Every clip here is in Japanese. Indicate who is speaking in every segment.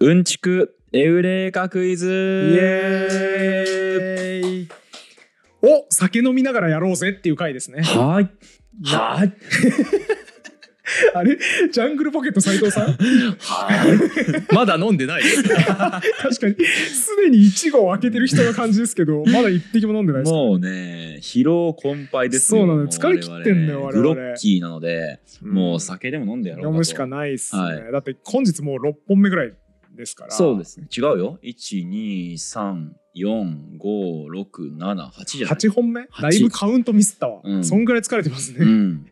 Speaker 1: うんちくエウレカクイズイ
Speaker 2: エーイお酒飲みながらやろうぜっていう回ですね。
Speaker 1: はいはい
Speaker 2: あれジャングルポケット斉藤 さん
Speaker 1: はいまだ飲んでないです
Speaker 2: 確かにすでに1号開けてる人の感じですけ どまだ一滴も飲んでないで す
Speaker 1: もうね疲労困憊ですよ
Speaker 2: そうなのよ
Speaker 1: も
Speaker 2: 疲れ切ってんのよ
Speaker 1: 我々ね
Speaker 2: 我々
Speaker 1: グロッキーなのでもう酒でも飲んでやろうか
Speaker 2: 飲
Speaker 1: と
Speaker 2: むしかないっすね、
Speaker 1: は
Speaker 2: だって本日もう6本目ぐらいですから
Speaker 1: そうですね違うよ1234567じゃない
Speaker 2: 8本目
Speaker 1: 八
Speaker 2: だいぶカウントミスったわ、
Speaker 1: うん
Speaker 2: そんぐらい疲れてます
Speaker 1: う
Speaker 2: ね、
Speaker 1: ん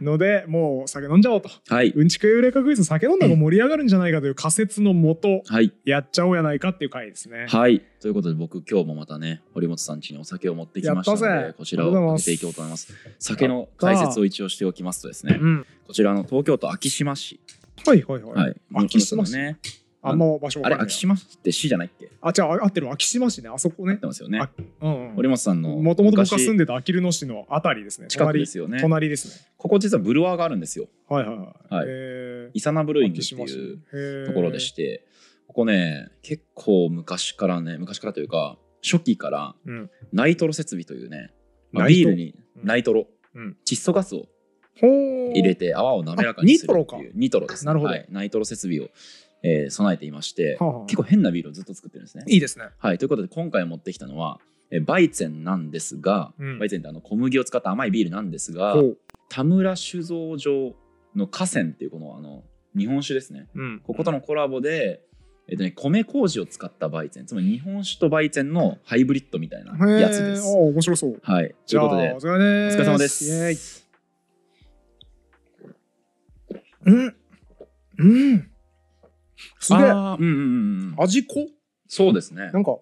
Speaker 2: のでもう酒飲んじゃおうと
Speaker 1: はい
Speaker 2: うんちくエウレカクイズ酒飲んだ方が盛り上がるんじゃないかという仮説のもと
Speaker 1: はい
Speaker 2: やっちゃおうやないかっていう回ですね
Speaker 1: はいということで僕今日もまたね堀本さん家にお酒を持ってきましたの
Speaker 2: やった
Speaker 1: で
Speaker 2: ぜ
Speaker 1: こちらを開けていこうと思います酒の解説を一応しておきますとですね
Speaker 2: うん
Speaker 1: こちらの東京都昭島市
Speaker 2: はいはいはい、
Speaker 1: はい
Speaker 2: 昭島市
Speaker 1: ね
Speaker 2: あんま場所わ
Speaker 1: あ
Speaker 2: か
Speaker 1: れ
Speaker 2: んない
Speaker 1: 昭島市って市じゃないっけ
Speaker 2: あ違う合ってるわ昭島市ねあそこ
Speaker 1: 合っ
Speaker 2: ね
Speaker 1: てますよね
Speaker 2: あうんう
Speaker 1: 堀本さんの
Speaker 2: んもともと僕が住ん
Speaker 1: 昔
Speaker 2: でたあきる野市のあたりですね
Speaker 1: 近く
Speaker 2: 隣
Speaker 1: ですよね
Speaker 2: 隣ですね
Speaker 1: ここ実はブルワーがあるんですよ
Speaker 2: はいはいはい、
Speaker 1: はい
Speaker 2: えー
Speaker 1: イサナブルーイングっ
Speaker 2: 昭
Speaker 1: て
Speaker 2: 島市
Speaker 1: いう
Speaker 2: へー
Speaker 1: ところでしてここね結構昔からね昔からというか初期から
Speaker 2: うん
Speaker 1: ナイトロ設備というね、まあ、
Speaker 2: ナイ
Speaker 1: ビ
Speaker 2: ト
Speaker 1: ールに
Speaker 2: うん
Speaker 1: ナイトロ、
Speaker 2: うん
Speaker 1: 窒素ガスを
Speaker 2: ほー
Speaker 1: 入れて泡を滑らかにするって
Speaker 2: あニト
Speaker 1: い
Speaker 2: ロ
Speaker 1: うニトロですね
Speaker 2: なるほど
Speaker 1: はい、ナイトロ設備を、えー備えていまして
Speaker 2: はあはあ
Speaker 1: 結構変なビールをずっと作ってるんですね
Speaker 2: いいですね
Speaker 1: はい、ということで今回持ってきたのは、えーバイゼンなんですが、
Speaker 2: うん
Speaker 1: バイゼンってあの小麦を使った甘いビールなんですが
Speaker 2: ほう
Speaker 1: 田村酒造場の河川っていうこのあの日本酒ですね
Speaker 2: うん
Speaker 1: こことのコラボで、えっとね、米麹を使ったバイゼンつまり日本酒とバイゼンのハイブリッドみたいな
Speaker 2: へー
Speaker 1: やつで
Speaker 2: あー
Speaker 1: す。
Speaker 2: 面白そう
Speaker 1: はい、と
Speaker 2: じ
Speaker 1: い
Speaker 2: ゃ
Speaker 1: う
Speaker 2: あ
Speaker 1: こ
Speaker 2: お
Speaker 1: とで
Speaker 2: 疲れ
Speaker 1: お疲れ様です。
Speaker 2: うんうんすげえ
Speaker 1: あーうんうんうんうん、
Speaker 2: 味濃っ
Speaker 1: そうですね
Speaker 2: なんか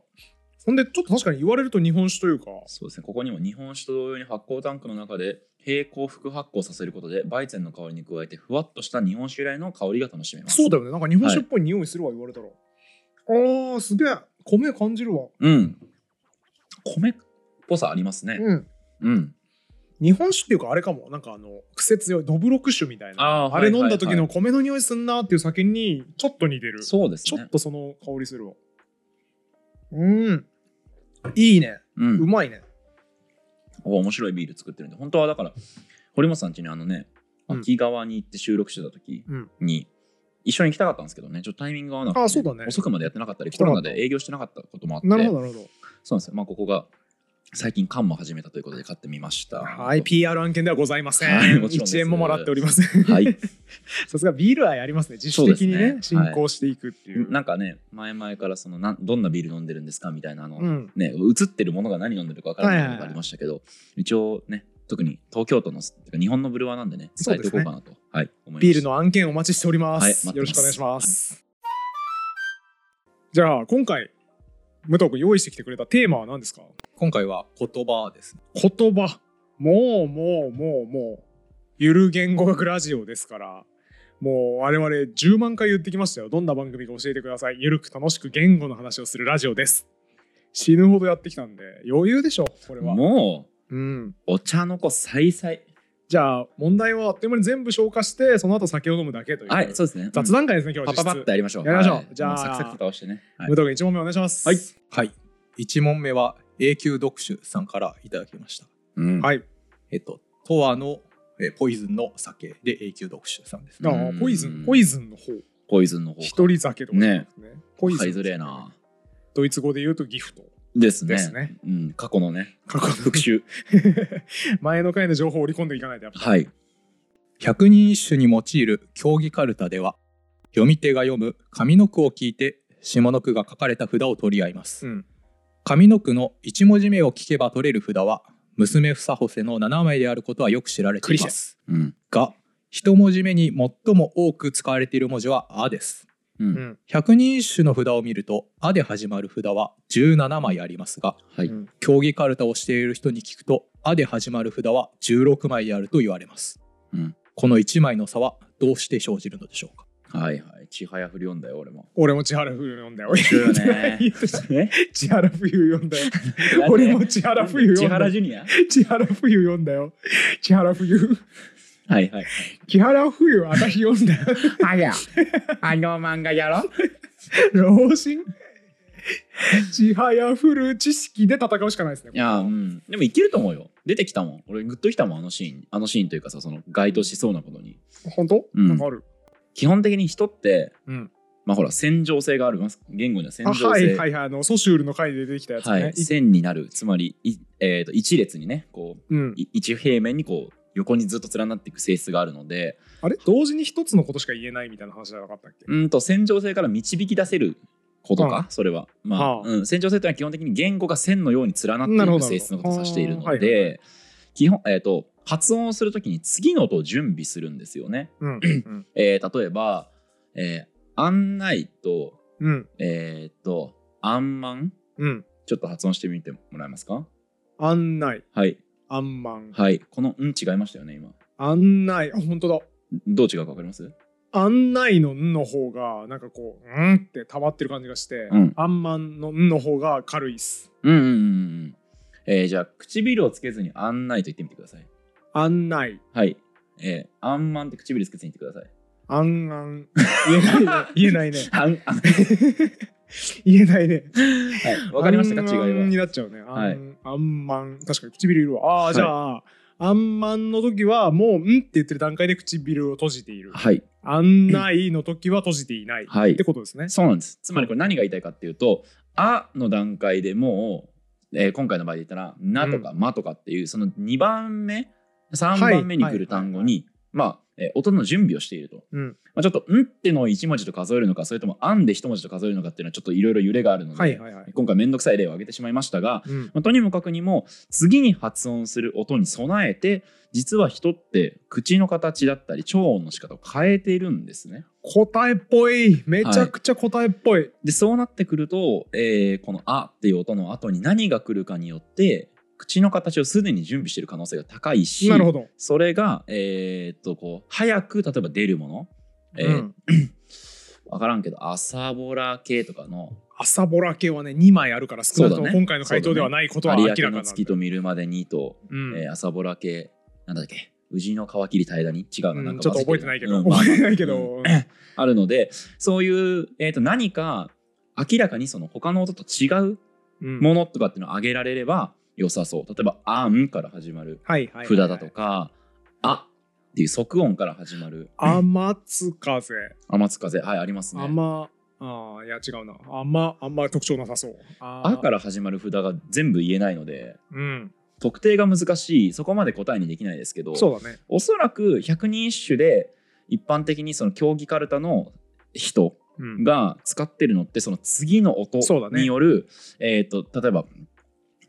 Speaker 2: ほんでちょっと確かに言われると日本酒というか
Speaker 1: そうですねここにも日本酒と同様に発酵タンクの中で平行複発酵させることでバイゼンの香りに加えてふわっとした日本酒由来の香りが楽しめます
Speaker 2: そうだよねなんか日本酒っぽい匂いするわ言われたら、あーすげえ米感じるわ
Speaker 1: うん。米っぽさありますね。
Speaker 2: うん
Speaker 1: うん。
Speaker 2: 日本酒っていうかあれかもなんかあの癖強いどぶろく酒みたいな
Speaker 1: あー
Speaker 2: あれ飲んだ時
Speaker 1: はいはいは
Speaker 2: の米の匂いすんなーっていう酒にちょっと似てる
Speaker 1: いそうです
Speaker 2: ちょ
Speaker 1: ね
Speaker 2: っ。とその香りするわ。うん。いいね。
Speaker 1: う。
Speaker 2: うんまいね。
Speaker 1: 面白いビール作ってるんで、本当はだから、堀本さん家にあのね、
Speaker 2: うん
Speaker 1: 秋川に行って収録してた時
Speaker 2: うん
Speaker 1: に、一緒に行きたかったんですけどね、ちょっとタイミングが合わなくて、
Speaker 2: あそうだね
Speaker 1: 遅くまでやってなかったり、
Speaker 2: 来
Speaker 1: コ
Speaker 2: たか
Speaker 1: ロ
Speaker 2: っ
Speaker 1: ナ
Speaker 2: た
Speaker 1: で営業してなかったこともあって、
Speaker 2: なるほど、なるほ
Speaker 1: そうなんですよ。まあ、ここが最近缶も始めたということで買ってみました。
Speaker 2: ど。はい、PR 案件ではございません。
Speaker 1: はいもちろんです
Speaker 2: 1円ももらっておりません。
Speaker 1: はい。
Speaker 2: さすがビールはやりますね。自主的に
Speaker 1: そ
Speaker 2: ね、
Speaker 1: うですね
Speaker 2: 進行していくっていう。
Speaker 1: なんかね、前々からそのなんどんなビール飲んでるんですかみたいなあの、
Speaker 2: うん。
Speaker 1: ね、映ってるものが何飲んでるか分からないものがありましたけど、一応ね特に東京都のてか日本のブルワーなんでね
Speaker 2: そ
Speaker 1: 伝
Speaker 2: う
Speaker 1: えて
Speaker 2: です
Speaker 1: お
Speaker 2: ね
Speaker 1: こうかなと、はい、思います
Speaker 2: ビールの案件お待ちしておりま
Speaker 1: はい
Speaker 2: す。
Speaker 1: 待ってます
Speaker 2: よろしくお願いします。じゃあ、今回、武藤君用意してきてくれたテーマは何ですか
Speaker 3: 今回は言葉ですね。
Speaker 2: 言葉もうもうもうもうゆる言語学ラジオですからもう我々10万回言ってきましたよどんな番組か教えてくださいゆるく楽しく言語の話をするラジオです死ぬほどやってきたんで余裕でしょこれは
Speaker 1: もう
Speaker 2: うん
Speaker 1: お茶の子さいさい
Speaker 2: じゃあ問題はあっという間に全部消化してその後酒を飲むだけという、
Speaker 1: はいそうですね
Speaker 2: 雑談会ですね今
Speaker 1: うん
Speaker 2: 日は
Speaker 1: パパパッとやりましょう
Speaker 2: やりましょう
Speaker 1: はい
Speaker 2: じゃあ
Speaker 1: もサクサクと倒してね、はい
Speaker 2: 武藤君1問目お願いします
Speaker 1: はい
Speaker 3: はい。1問目は永久読書さんからいただきました。
Speaker 1: うん
Speaker 2: はい
Speaker 3: えっと、とわの、えーポイズンの酒で永久読書さんです
Speaker 2: あ
Speaker 3: ね。
Speaker 2: ー
Speaker 1: うん
Speaker 2: ポイズンポイズンの方
Speaker 1: ポイズンの方
Speaker 2: 一人酒とか
Speaker 1: ね
Speaker 2: ねポイズン
Speaker 1: 買いづれえな
Speaker 2: ドイツ語で言うとギフト
Speaker 1: ですね
Speaker 2: ですね
Speaker 1: うん、過去のね
Speaker 2: 過去の
Speaker 1: 復習
Speaker 2: 前の回の情報を織り込んでいかないとやっぱ
Speaker 1: はい
Speaker 3: 百人一首に用いる競技カルタでは、読み手が読む上の句を聞いて、下の句が書かれた札を取り合います。
Speaker 2: うん
Speaker 3: 上の句の1文字目を聞けば取れる札は、娘房せの7枚であることはよく知られています。
Speaker 1: うん
Speaker 3: が、1文字目に最も多く使われている文字は「あ」です。
Speaker 1: うん、
Speaker 2: うん
Speaker 3: 百人一首の札を見ると「あ」で始まる札は17枚ありますが
Speaker 1: はい、
Speaker 2: うん
Speaker 3: 競技カルタをしている人に聞くと「あ」で始まる札は16枚であると言われます、
Speaker 1: うん
Speaker 3: この1枚の差はどうして生じるのでしょうか
Speaker 1: はいはいちはやふり読んだよ俺も
Speaker 2: 俺も千原冬読んだよ。
Speaker 1: 面 白いよねえ
Speaker 2: 千原冬読んだよ。俺も千原
Speaker 1: 千
Speaker 2: 冬読んだ
Speaker 1: 原
Speaker 2: よ。
Speaker 1: ジュニア
Speaker 2: 千原冬読んだよ。千原冬。
Speaker 1: はいはい
Speaker 2: 千原冬、私読んだよ。
Speaker 1: あや、あの漫画やろ
Speaker 2: 老人ちはやふる知識で戦うしかないですね。
Speaker 1: いやー、うん、でもいけると思うよ出てきたもん俺グッときたもんあのシーンあのシーンというかさその該当しそうなことに
Speaker 2: 本当、
Speaker 1: うん
Speaker 2: なんかある。
Speaker 1: 基本的に人って、
Speaker 2: うん
Speaker 1: まあほら戦場性があるます言語には戦
Speaker 2: あ
Speaker 1: 場性
Speaker 2: はいはいはい。あの、ソシュールの回で出てきたやつね。
Speaker 1: はい線になるつまり、いえー、と一列にねこう
Speaker 2: うん、
Speaker 1: い一平面にこう横にずっと連なっていく性質があるので
Speaker 2: あれ同時に一つのことしか言えないみたいな話じゃなかったっけ、
Speaker 1: うんと戦場性から導き出せることか、
Speaker 2: うん
Speaker 1: それは、まあ
Speaker 2: はあ
Speaker 1: うん、戦場性というのは基本的に言語が線のように連なっ
Speaker 2: な
Speaker 1: て
Speaker 2: る
Speaker 1: い
Speaker 2: ほ
Speaker 1: く
Speaker 2: ど
Speaker 1: 性質のことを指している
Speaker 2: あーは
Speaker 1: の
Speaker 2: いはい
Speaker 1: で基本、えー、と発音をするときに次の音を準備するんですよね。
Speaker 2: うんうん
Speaker 1: えー例えば、えー案内と,、
Speaker 2: うん
Speaker 1: えー、と案満
Speaker 2: うん。
Speaker 1: ちょっと発音してみてもらえますか
Speaker 2: 案内、
Speaker 1: はい
Speaker 2: 案満、
Speaker 1: はいこの「ん」違いましたよね今
Speaker 2: 案内、あ、本当だ。
Speaker 1: どう違うか分かります
Speaker 2: 案内の「ん」の方がなんかこう「うん」って溜まってる感じがして、
Speaker 1: うん
Speaker 2: あんまんの「ん」の方が軽いっす
Speaker 1: うんうんうんうん、えーじゃあ唇をつけずに「案内」と言ってみてください
Speaker 2: 案内
Speaker 1: はい。えー、あんまんって唇つけてみてください。
Speaker 2: あんあん言えない ね言えないね
Speaker 1: あん、あん。は
Speaker 2: 言えないね
Speaker 1: い。わかりましたか違
Speaker 2: あんまん
Speaker 1: い
Speaker 2: に
Speaker 1: は。
Speaker 2: なっちゃうねあん,、
Speaker 1: はい
Speaker 2: あんまん確かに唇いるわあー、
Speaker 1: はい
Speaker 2: じゃああんまんの時はもう「ん」って言ってる段階で唇を閉じている
Speaker 1: はい。
Speaker 2: 案内の時は閉じていない、
Speaker 1: はい
Speaker 2: ってことですね
Speaker 1: そうなんです。つまりこれ何が言いたいかっていうと、あの段階でもう、えー今回の場合で言ったら、なとかまとかっていう、その2番目、3番目に来る単語に、まあ、えー音の準備をしていると。
Speaker 2: うん
Speaker 1: まあ、ちょっと、んってのを1文字と数えるのか、それとも、あんで1文字と数えるのかっていうのは、ちょっといろいろ揺れがあるので、
Speaker 2: はいはいはい、
Speaker 1: 今回めんどくさい例を挙げてしまいましたが、
Speaker 2: うん、
Speaker 1: まあとにもかくにも次に発音する音に備えて実は人って口の形だったり超音の仕方を変えているんですね。
Speaker 2: 答えっぽいめちゃくちゃ答えっぽい、
Speaker 1: でそうなってくると、えーこの「あ」っていう音の後に何が来るかによって口の形をすでに準備している可能性が高いし
Speaker 2: なるほど
Speaker 1: それが、えーっとこう早く例えば出るもの、えー
Speaker 2: うん
Speaker 1: 分からんけど朝ぼら系とかの
Speaker 2: 朝ぼら系はね2枚あるから少なくと
Speaker 1: そう
Speaker 2: も
Speaker 1: だね
Speaker 2: 今回の回答ではないことは明ら
Speaker 1: 有
Speaker 2: かな
Speaker 1: 明
Speaker 2: ん
Speaker 1: の
Speaker 2: だ
Speaker 1: 月と見るまでにと、
Speaker 2: うん
Speaker 1: えー朝ぼら系なんだっけ宇治の皮切り平らに違うな,、
Speaker 2: うん
Speaker 1: なんか
Speaker 2: ちょっと覚えてないけど、
Speaker 1: うんまあ
Speaker 2: 覚えてないけど、
Speaker 1: あるのでそういう、えー、と何か明らかにその他の音と違う
Speaker 2: うん
Speaker 1: ものとかっていうのを挙げられれば良さそう例えば「あん」から始まる
Speaker 2: はいはいはい
Speaker 1: 札だとか「あ」っていう即音から始まる
Speaker 2: 雨つ風
Speaker 1: 雨つ風はいありますね
Speaker 2: 雨ああいや違うな雨あんま特徴なさそう
Speaker 1: 「
Speaker 2: あー
Speaker 1: あ」から始まる札が全部言えないので
Speaker 2: うん
Speaker 1: 特定が難しいそこまで答えにできないですけど
Speaker 2: そうだね
Speaker 1: おそらく百人一首で一般的にその競技かるたの人
Speaker 2: うん
Speaker 1: が使ってるのってその次の音
Speaker 2: そうだね
Speaker 1: による、えー、と例えば、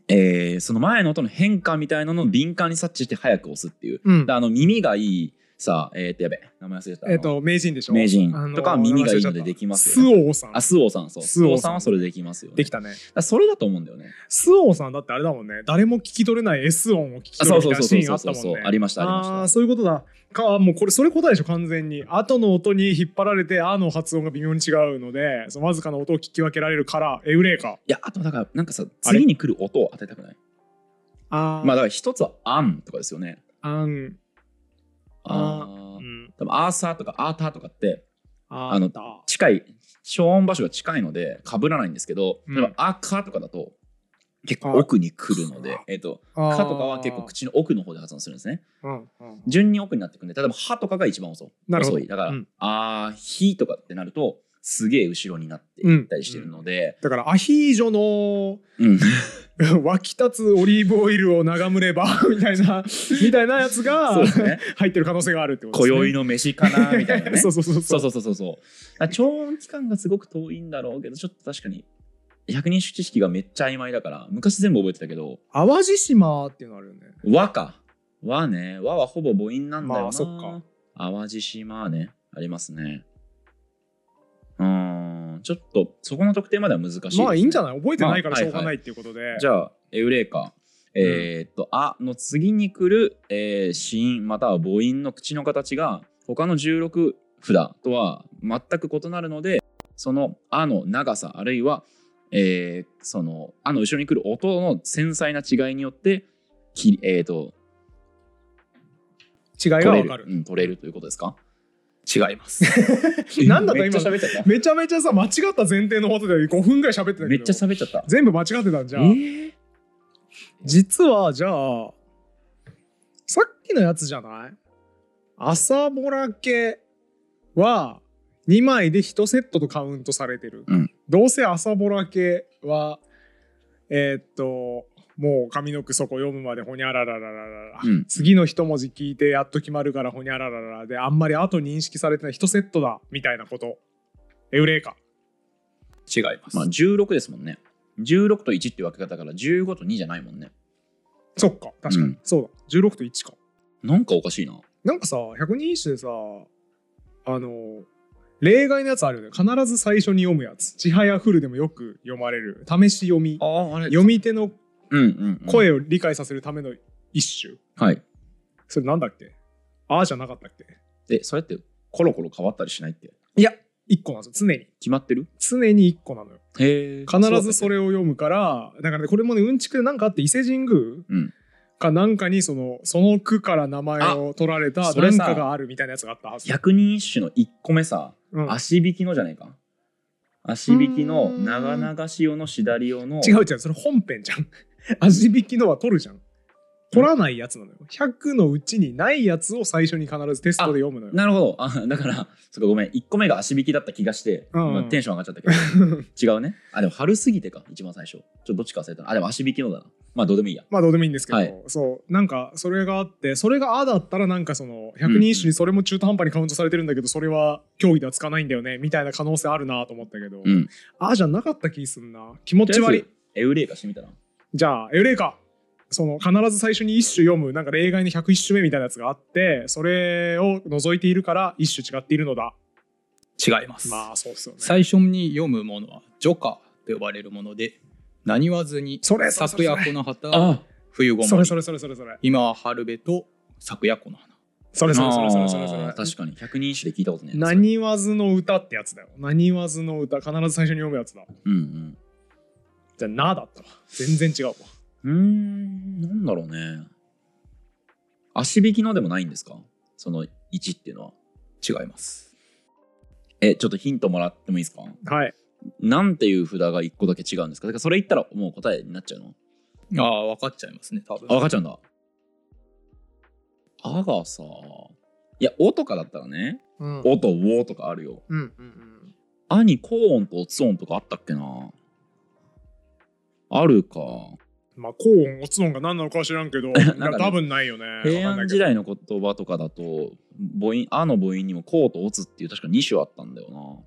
Speaker 1: えーその前の音の変化みたいなのを敏感に察知して早く押すっていう、
Speaker 2: うん
Speaker 1: だあの耳がいいさえっ、とやべ名前忘れてた
Speaker 2: えっ、と名人でしょ
Speaker 1: 名人
Speaker 2: あのー
Speaker 1: とかは耳がいいのでできますよ
Speaker 2: スオウさん
Speaker 1: あスオさんそう
Speaker 2: 周
Speaker 1: ス
Speaker 2: 防
Speaker 1: オ
Speaker 2: さん
Speaker 1: さんはそれできますよ、ね、
Speaker 2: できたね
Speaker 1: だからそれだと思うんだよね
Speaker 2: スオウさんだってあれだもんね誰も聞き取れない S 音を聞き取るみたいなシーンあったもんね
Speaker 1: ありましたありま
Speaker 2: あー
Speaker 1: し
Speaker 2: そういうことだかもうこれそれ答えでしょ完全に後の音に引っ張られて「あ」の発音が微妙に違うのでそのわずかな音を聞き分けられるからエウレカ
Speaker 1: たいやあとだからなんかさ
Speaker 2: あれ
Speaker 1: 次に来る音を当てたくない
Speaker 2: あ
Speaker 1: まあだ
Speaker 2: だ
Speaker 1: から一つは「あん」とかですよね
Speaker 2: あん、
Speaker 1: あ
Speaker 2: う
Speaker 1: ー
Speaker 2: ん、
Speaker 1: 多分アーサーとかアーターとかって
Speaker 2: あ
Speaker 1: あの
Speaker 2: だ
Speaker 1: 近い消音場所が近いので被らないんですけど、
Speaker 2: うん
Speaker 1: 例えば「あ」「か」とかだと結構奥に来るので
Speaker 2: あ
Speaker 1: 「えっと
Speaker 2: あ
Speaker 1: か」
Speaker 2: ー
Speaker 1: とかは結構口の奥の方で発音するんですね
Speaker 2: うんうん
Speaker 1: 順に奥になってくるんで例えば「は」とかが一番遅い
Speaker 2: なるほど
Speaker 1: 遅いだから「
Speaker 2: うん
Speaker 1: あ」「ひ」とかってなるとすげえ後ろになっていったりしてるので、
Speaker 2: だからアヒージョの
Speaker 1: うん
Speaker 2: 湧き立つオリーブオイルを眺めればみたいなみたいなやつが
Speaker 1: そう ですね
Speaker 2: 入ってる可能性があるってこと
Speaker 1: 今
Speaker 2: ですね
Speaker 1: 宵の飯かなみたいなね
Speaker 2: そうそうそう
Speaker 1: そ
Speaker 2: そうう
Speaker 1: そうそうそうそうだから超音期間がすごく遠いんだろうけどちょっと確かに百人種知識がめっちゃ曖昧だから昔全部覚えてたけど
Speaker 2: 淡路島っていうのあるよね
Speaker 1: 和か。和ね。和はほぼ母音なんだよな。
Speaker 2: まあそっか。
Speaker 1: 淡路島ね。ありますね。うーん。ちょっと、そこの特定までは難しいですね、
Speaker 2: まあいいんじゃない覚えてないから
Speaker 1: まあ
Speaker 2: しょうがないっていうことで、
Speaker 1: じゃあ、エウレカ。えーっと、あの次に来る、えー、子音または母音の口の形が他の16札とは全く異なるので、そのあの長さ、あるいは、えーそのあの後ろに来る音の繊細な違いによって、きえーっと、
Speaker 2: 違いが
Speaker 1: 取れ
Speaker 2: わ
Speaker 1: る
Speaker 2: かる
Speaker 1: うん、取れるということですか
Speaker 3: 違います。
Speaker 2: なんだった
Speaker 1: めっちゃ
Speaker 2: 今
Speaker 1: 喋っちゃった
Speaker 2: めちゃめちゃさ間違った前提のことで5分ぐらい喋ってたけど
Speaker 1: めっちゃ喋っちゃった
Speaker 2: 全部間違ってたんじゃ
Speaker 1: え
Speaker 2: ん
Speaker 1: ー
Speaker 2: 実はじゃあさっきのやつじゃない朝ぼらけは2枚で1セットとカウントされてる、
Speaker 1: うん
Speaker 2: どうせ朝ぼらけはえーっともう上の句そこ読むまでほにゃらららららら、
Speaker 1: うん
Speaker 2: 次の一文字聞いてやっと決まるからほにゃららららであんまり後認識されてない1セットだみたいなことエウレカ
Speaker 3: 違います。
Speaker 1: まあ16ですもんね16と1って分け方だから15と2じゃないもんね
Speaker 2: そっか確かに、
Speaker 1: うん
Speaker 2: そうだ16と1か
Speaker 1: なんかおかしいな
Speaker 2: なんかさ百人一首でさあの例外のやつあるよね必ず最初に読むやつ「ちはやふる」でもよく読まれる試し読み
Speaker 1: あああれ
Speaker 2: 読み手の
Speaker 1: うんうん、うん、
Speaker 2: 声を理解させるための一首、
Speaker 1: はい
Speaker 2: それなんだっけああじゃなかったっけ
Speaker 1: でそれってコロコロ変わったりしないって
Speaker 2: いや一個なんですよ常に
Speaker 1: 決まってる
Speaker 2: 常に一個なのよ
Speaker 1: へえ
Speaker 2: 必ずそ
Speaker 1: れ
Speaker 2: れを読むからだからねこれもねうんちくでなんかあって伊勢神宮、
Speaker 1: うん
Speaker 2: かなんかにそのその句から名前を取られた
Speaker 1: あそれ
Speaker 2: 何
Speaker 1: さ
Speaker 2: かがあるみたいなやつがあったはず、
Speaker 1: 百人一首の1個目さ
Speaker 2: うん
Speaker 1: 足引きのじゃないか足引きの長々し用のしだり用の
Speaker 2: 違う違うそれ本編じゃん 味引きのは取るじゃん取らないやつなのよ100のうちにないやつを最初に必ずテストで読むのよ
Speaker 1: なるほどあだからそっかごめん1個目が足引きだった気がして、
Speaker 2: うん
Speaker 1: まあテンション上がっちゃったけど違うねあでも春過ぎてか一番最初ちょっとどっちか忘れたあでも足引きのだなまあどうでもいいや
Speaker 2: まあどうでもいいんですけど、
Speaker 1: はい
Speaker 2: そうなんかそれがあってそれが「あ」だったらなんかその100人一首にそれも中途半端にカウントされてるんだけどそれは競技ではつかないんだよねみたいな可能性あるなと思ったけど「
Speaker 1: うん
Speaker 2: あ」じゃなかった気すんな気持ち悪い
Speaker 1: とりあえずエウレカしてみたら
Speaker 2: じゃあエウレカその必ず最初に一首読むなんか例外の101首目みたいなやつがあってそれを除いているから一首違っているのだ
Speaker 3: 違います。
Speaker 2: まあそうっすよね
Speaker 3: 最初に読むものは「ジョカ」と呼ばれるもので「なにわずに」
Speaker 2: それそれそ
Speaker 3: 昨
Speaker 2: れ
Speaker 3: 夜この旗
Speaker 1: あ
Speaker 3: 冬ご
Speaker 2: そ
Speaker 3: も
Speaker 2: れ
Speaker 3: り
Speaker 2: それそれそれそれ
Speaker 3: 今は春べと昨夜この花
Speaker 2: それそれそれそれそれそ
Speaker 1: あー
Speaker 2: れ
Speaker 1: 確かに百人一首で聞いたことねえな
Speaker 2: なにわずの歌ってやつだよなにわずの歌必ず最初に読むやつだ
Speaker 1: うん
Speaker 2: じゃあなだったわ全然違うわ
Speaker 1: うんうーんなんだろうね足引きのでもないんですかその1っていうのは
Speaker 3: 違います
Speaker 1: えちょっとヒントもらってもいいですか
Speaker 2: はい
Speaker 1: なんていう札が1個だけ違うんですかだからそれ言ったらもう答えになっちゃうの
Speaker 3: ああ分かっちゃいますね多分
Speaker 1: あ、分かっちゃうんだ。あがさ、いや、おとかだったらね、
Speaker 2: うん
Speaker 1: おとおとかあるよ。
Speaker 2: うんうん
Speaker 1: あに高音とおつ音とかあったっけな。あるか。
Speaker 2: まあ高音オツ音が何なのかは知らんけど
Speaker 1: なんかね
Speaker 2: 多分ないよね
Speaker 1: 平
Speaker 2: わかんな
Speaker 1: 安時
Speaker 2: いけど
Speaker 1: 代の言葉とかだと、母音、あの母音にもこうとおつっていう確か2種あったんだよな。っ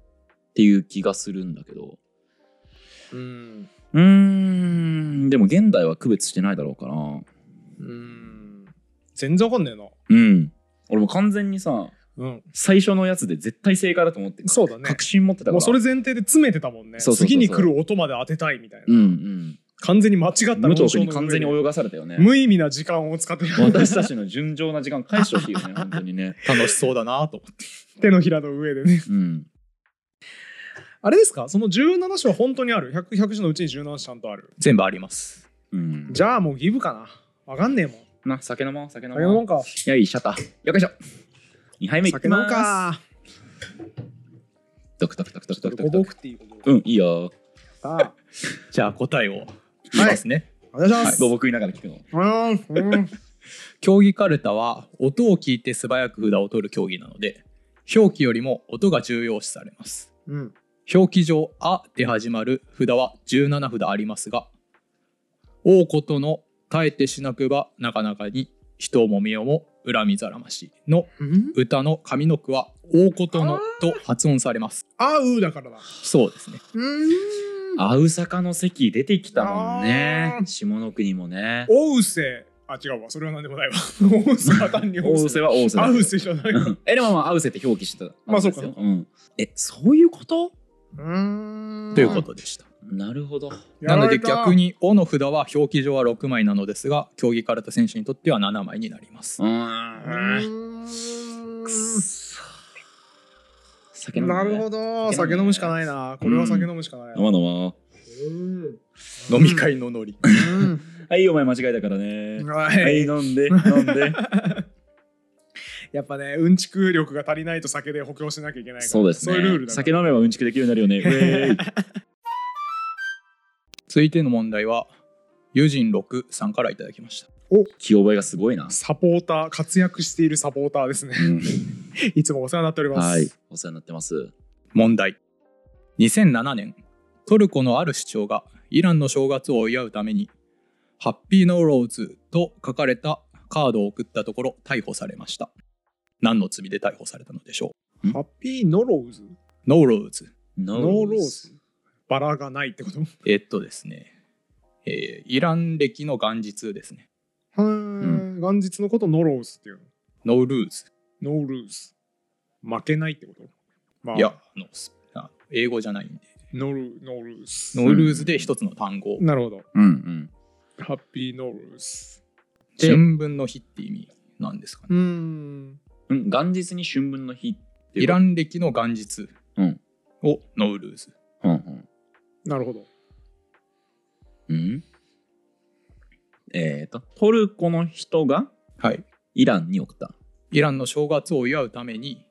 Speaker 1: ていう気がするんだけど。
Speaker 2: うん
Speaker 1: うーん、でも現代は区別してないだろうから。
Speaker 2: うん全然わかんねえな
Speaker 1: うん。俺も完全にさ、
Speaker 2: うん
Speaker 1: 最初のやつで絶対正解だと思って、
Speaker 2: そうだね
Speaker 1: 確信持ってたから。
Speaker 2: もうそれ前提で詰めてたもんね
Speaker 1: そうそうそうそう
Speaker 2: 次に来る音まで当てたいみたいな、
Speaker 1: うんうん。
Speaker 2: 完全に間違った
Speaker 1: 武藤君に
Speaker 2: 論証の上で
Speaker 1: 完全に泳がされたよね。
Speaker 2: 無意味な時間を使って
Speaker 1: 私たちの純情な時間返してほしいよね、本当にね。
Speaker 3: 楽しそうだなと思って
Speaker 2: 手のひらの上でね
Speaker 1: うん。
Speaker 2: あれですかその17種は本当にある 100, 100種のうちに17種ちゃんとある
Speaker 3: 全部あります
Speaker 1: うん、
Speaker 2: じゃあもうギブかなわかんねえもん
Speaker 1: な、酒飲もう、酒飲
Speaker 2: あげも
Speaker 1: も
Speaker 2: んか
Speaker 1: う。 よいしょと。よいしょ。2杯目い
Speaker 2: 酒
Speaker 1: き
Speaker 2: 飲
Speaker 1: ま
Speaker 2: む
Speaker 1: ーす。
Speaker 2: か
Speaker 1: ドクドクドクドクドクド
Speaker 2: ご
Speaker 1: クド
Speaker 2: ぼ
Speaker 1: ク。
Speaker 2: くっていうこと
Speaker 1: うん、いいよ。
Speaker 2: さあ
Speaker 3: じゃあ答えを言いますね、
Speaker 2: お願いしま
Speaker 1: はい、
Speaker 2: す
Speaker 1: ごぼく言いながら聞くの。
Speaker 2: うんうん
Speaker 3: 競技カルタは音を聞いて素早く札を取る競技なので表記よりも音が重要視されます
Speaker 2: うん
Speaker 3: 表記上「あ」で始まる札は17札ありますが「王子との耐えてしなくばなかなかに人をもみをも恨みざらまし」の
Speaker 2: うん
Speaker 3: 歌の上の句は「王子との」と発音されます
Speaker 2: あうだからだ
Speaker 3: そうですね
Speaker 2: うん
Speaker 1: あうさかの席出てきたもんね
Speaker 2: あ。ー
Speaker 1: 下の国もね。
Speaker 2: おうせあ違うわそれは何でもないわおうせは単にお
Speaker 1: おうせはおうせだ
Speaker 2: あうせじゃな いわ
Speaker 1: え、でもまあ、あうせって表記してた。
Speaker 2: まあそうか
Speaker 1: ですようん。え、そういうこと
Speaker 2: うん
Speaker 3: ということでした
Speaker 1: なるほど。
Speaker 2: や
Speaker 3: な
Speaker 2: ら
Speaker 3: の
Speaker 2: れ
Speaker 3: で
Speaker 2: た
Speaker 3: 逆に「お」の札は表記上は6枚なのですが競技カルタ選手にとっては7枚になります
Speaker 1: う
Speaker 2: う
Speaker 1: ーん。
Speaker 2: ーん
Speaker 1: くっそ酒飲む、ね。
Speaker 2: なるほど
Speaker 1: 酒
Speaker 2: 酒
Speaker 1: 飲むね
Speaker 2: 飲むしかないなこれは酒飲むしかない
Speaker 1: 飲ま飲ま。
Speaker 2: うん
Speaker 3: 飲み会のノリ
Speaker 2: う
Speaker 1: はい、お前間違えたからね
Speaker 2: ん。
Speaker 1: は、
Speaker 2: はいい
Speaker 1: 飲んで、飲んで。
Speaker 2: やっぱねうんちく力が足りないと酒で補強しなきゃいけないから
Speaker 1: そうですね
Speaker 2: いうルールだから
Speaker 1: 酒飲めばうんちくできるようになるよねウ ェーイ
Speaker 3: 続いての問題は友人6さんからいただきました
Speaker 1: 気覚えがすごいな、
Speaker 2: サポーター活躍しているサポーターですね
Speaker 1: うん
Speaker 2: いつもお世話になっております、
Speaker 1: はいお世話になってます
Speaker 3: 問題2007年トルコのある市長がイランの正月を祝うために「ハッピーノーローズ」と書かれたカードを送ったところ逮捕されました何の罪で逮捕されたのでしょ
Speaker 2: ハッピーノローズ
Speaker 3: うノーローズ
Speaker 1: ノ
Speaker 2: ノーローズバラがないってこと
Speaker 3: えっとですね、えーイラン歴の元日ですね
Speaker 2: はー元日のことノローズっていう
Speaker 3: ノールーズ
Speaker 2: のノールーズ負けないってことま
Speaker 3: いやあのすあ英語じゃないんで
Speaker 2: ノルノールーズ
Speaker 3: ノールーズで一つの単語
Speaker 2: なるほど
Speaker 1: うんうん
Speaker 2: ハッピーノールーズ
Speaker 1: で
Speaker 3: 新聞の日って意味なんですかね
Speaker 2: うん
Speaker 1: うん元日に春分の日っていう
Speaker 3: イラン歴の元日
Speaker 1: うん
Speaker 3: をノールーズ
Speaker 1: うんうん
Speaker 2: なるほど
Speaker 1: うんえっ、とトルコの人が
Speaker 3: はい
Speaker 1: イランに送った
Speaker 3: イランの正月を祝うために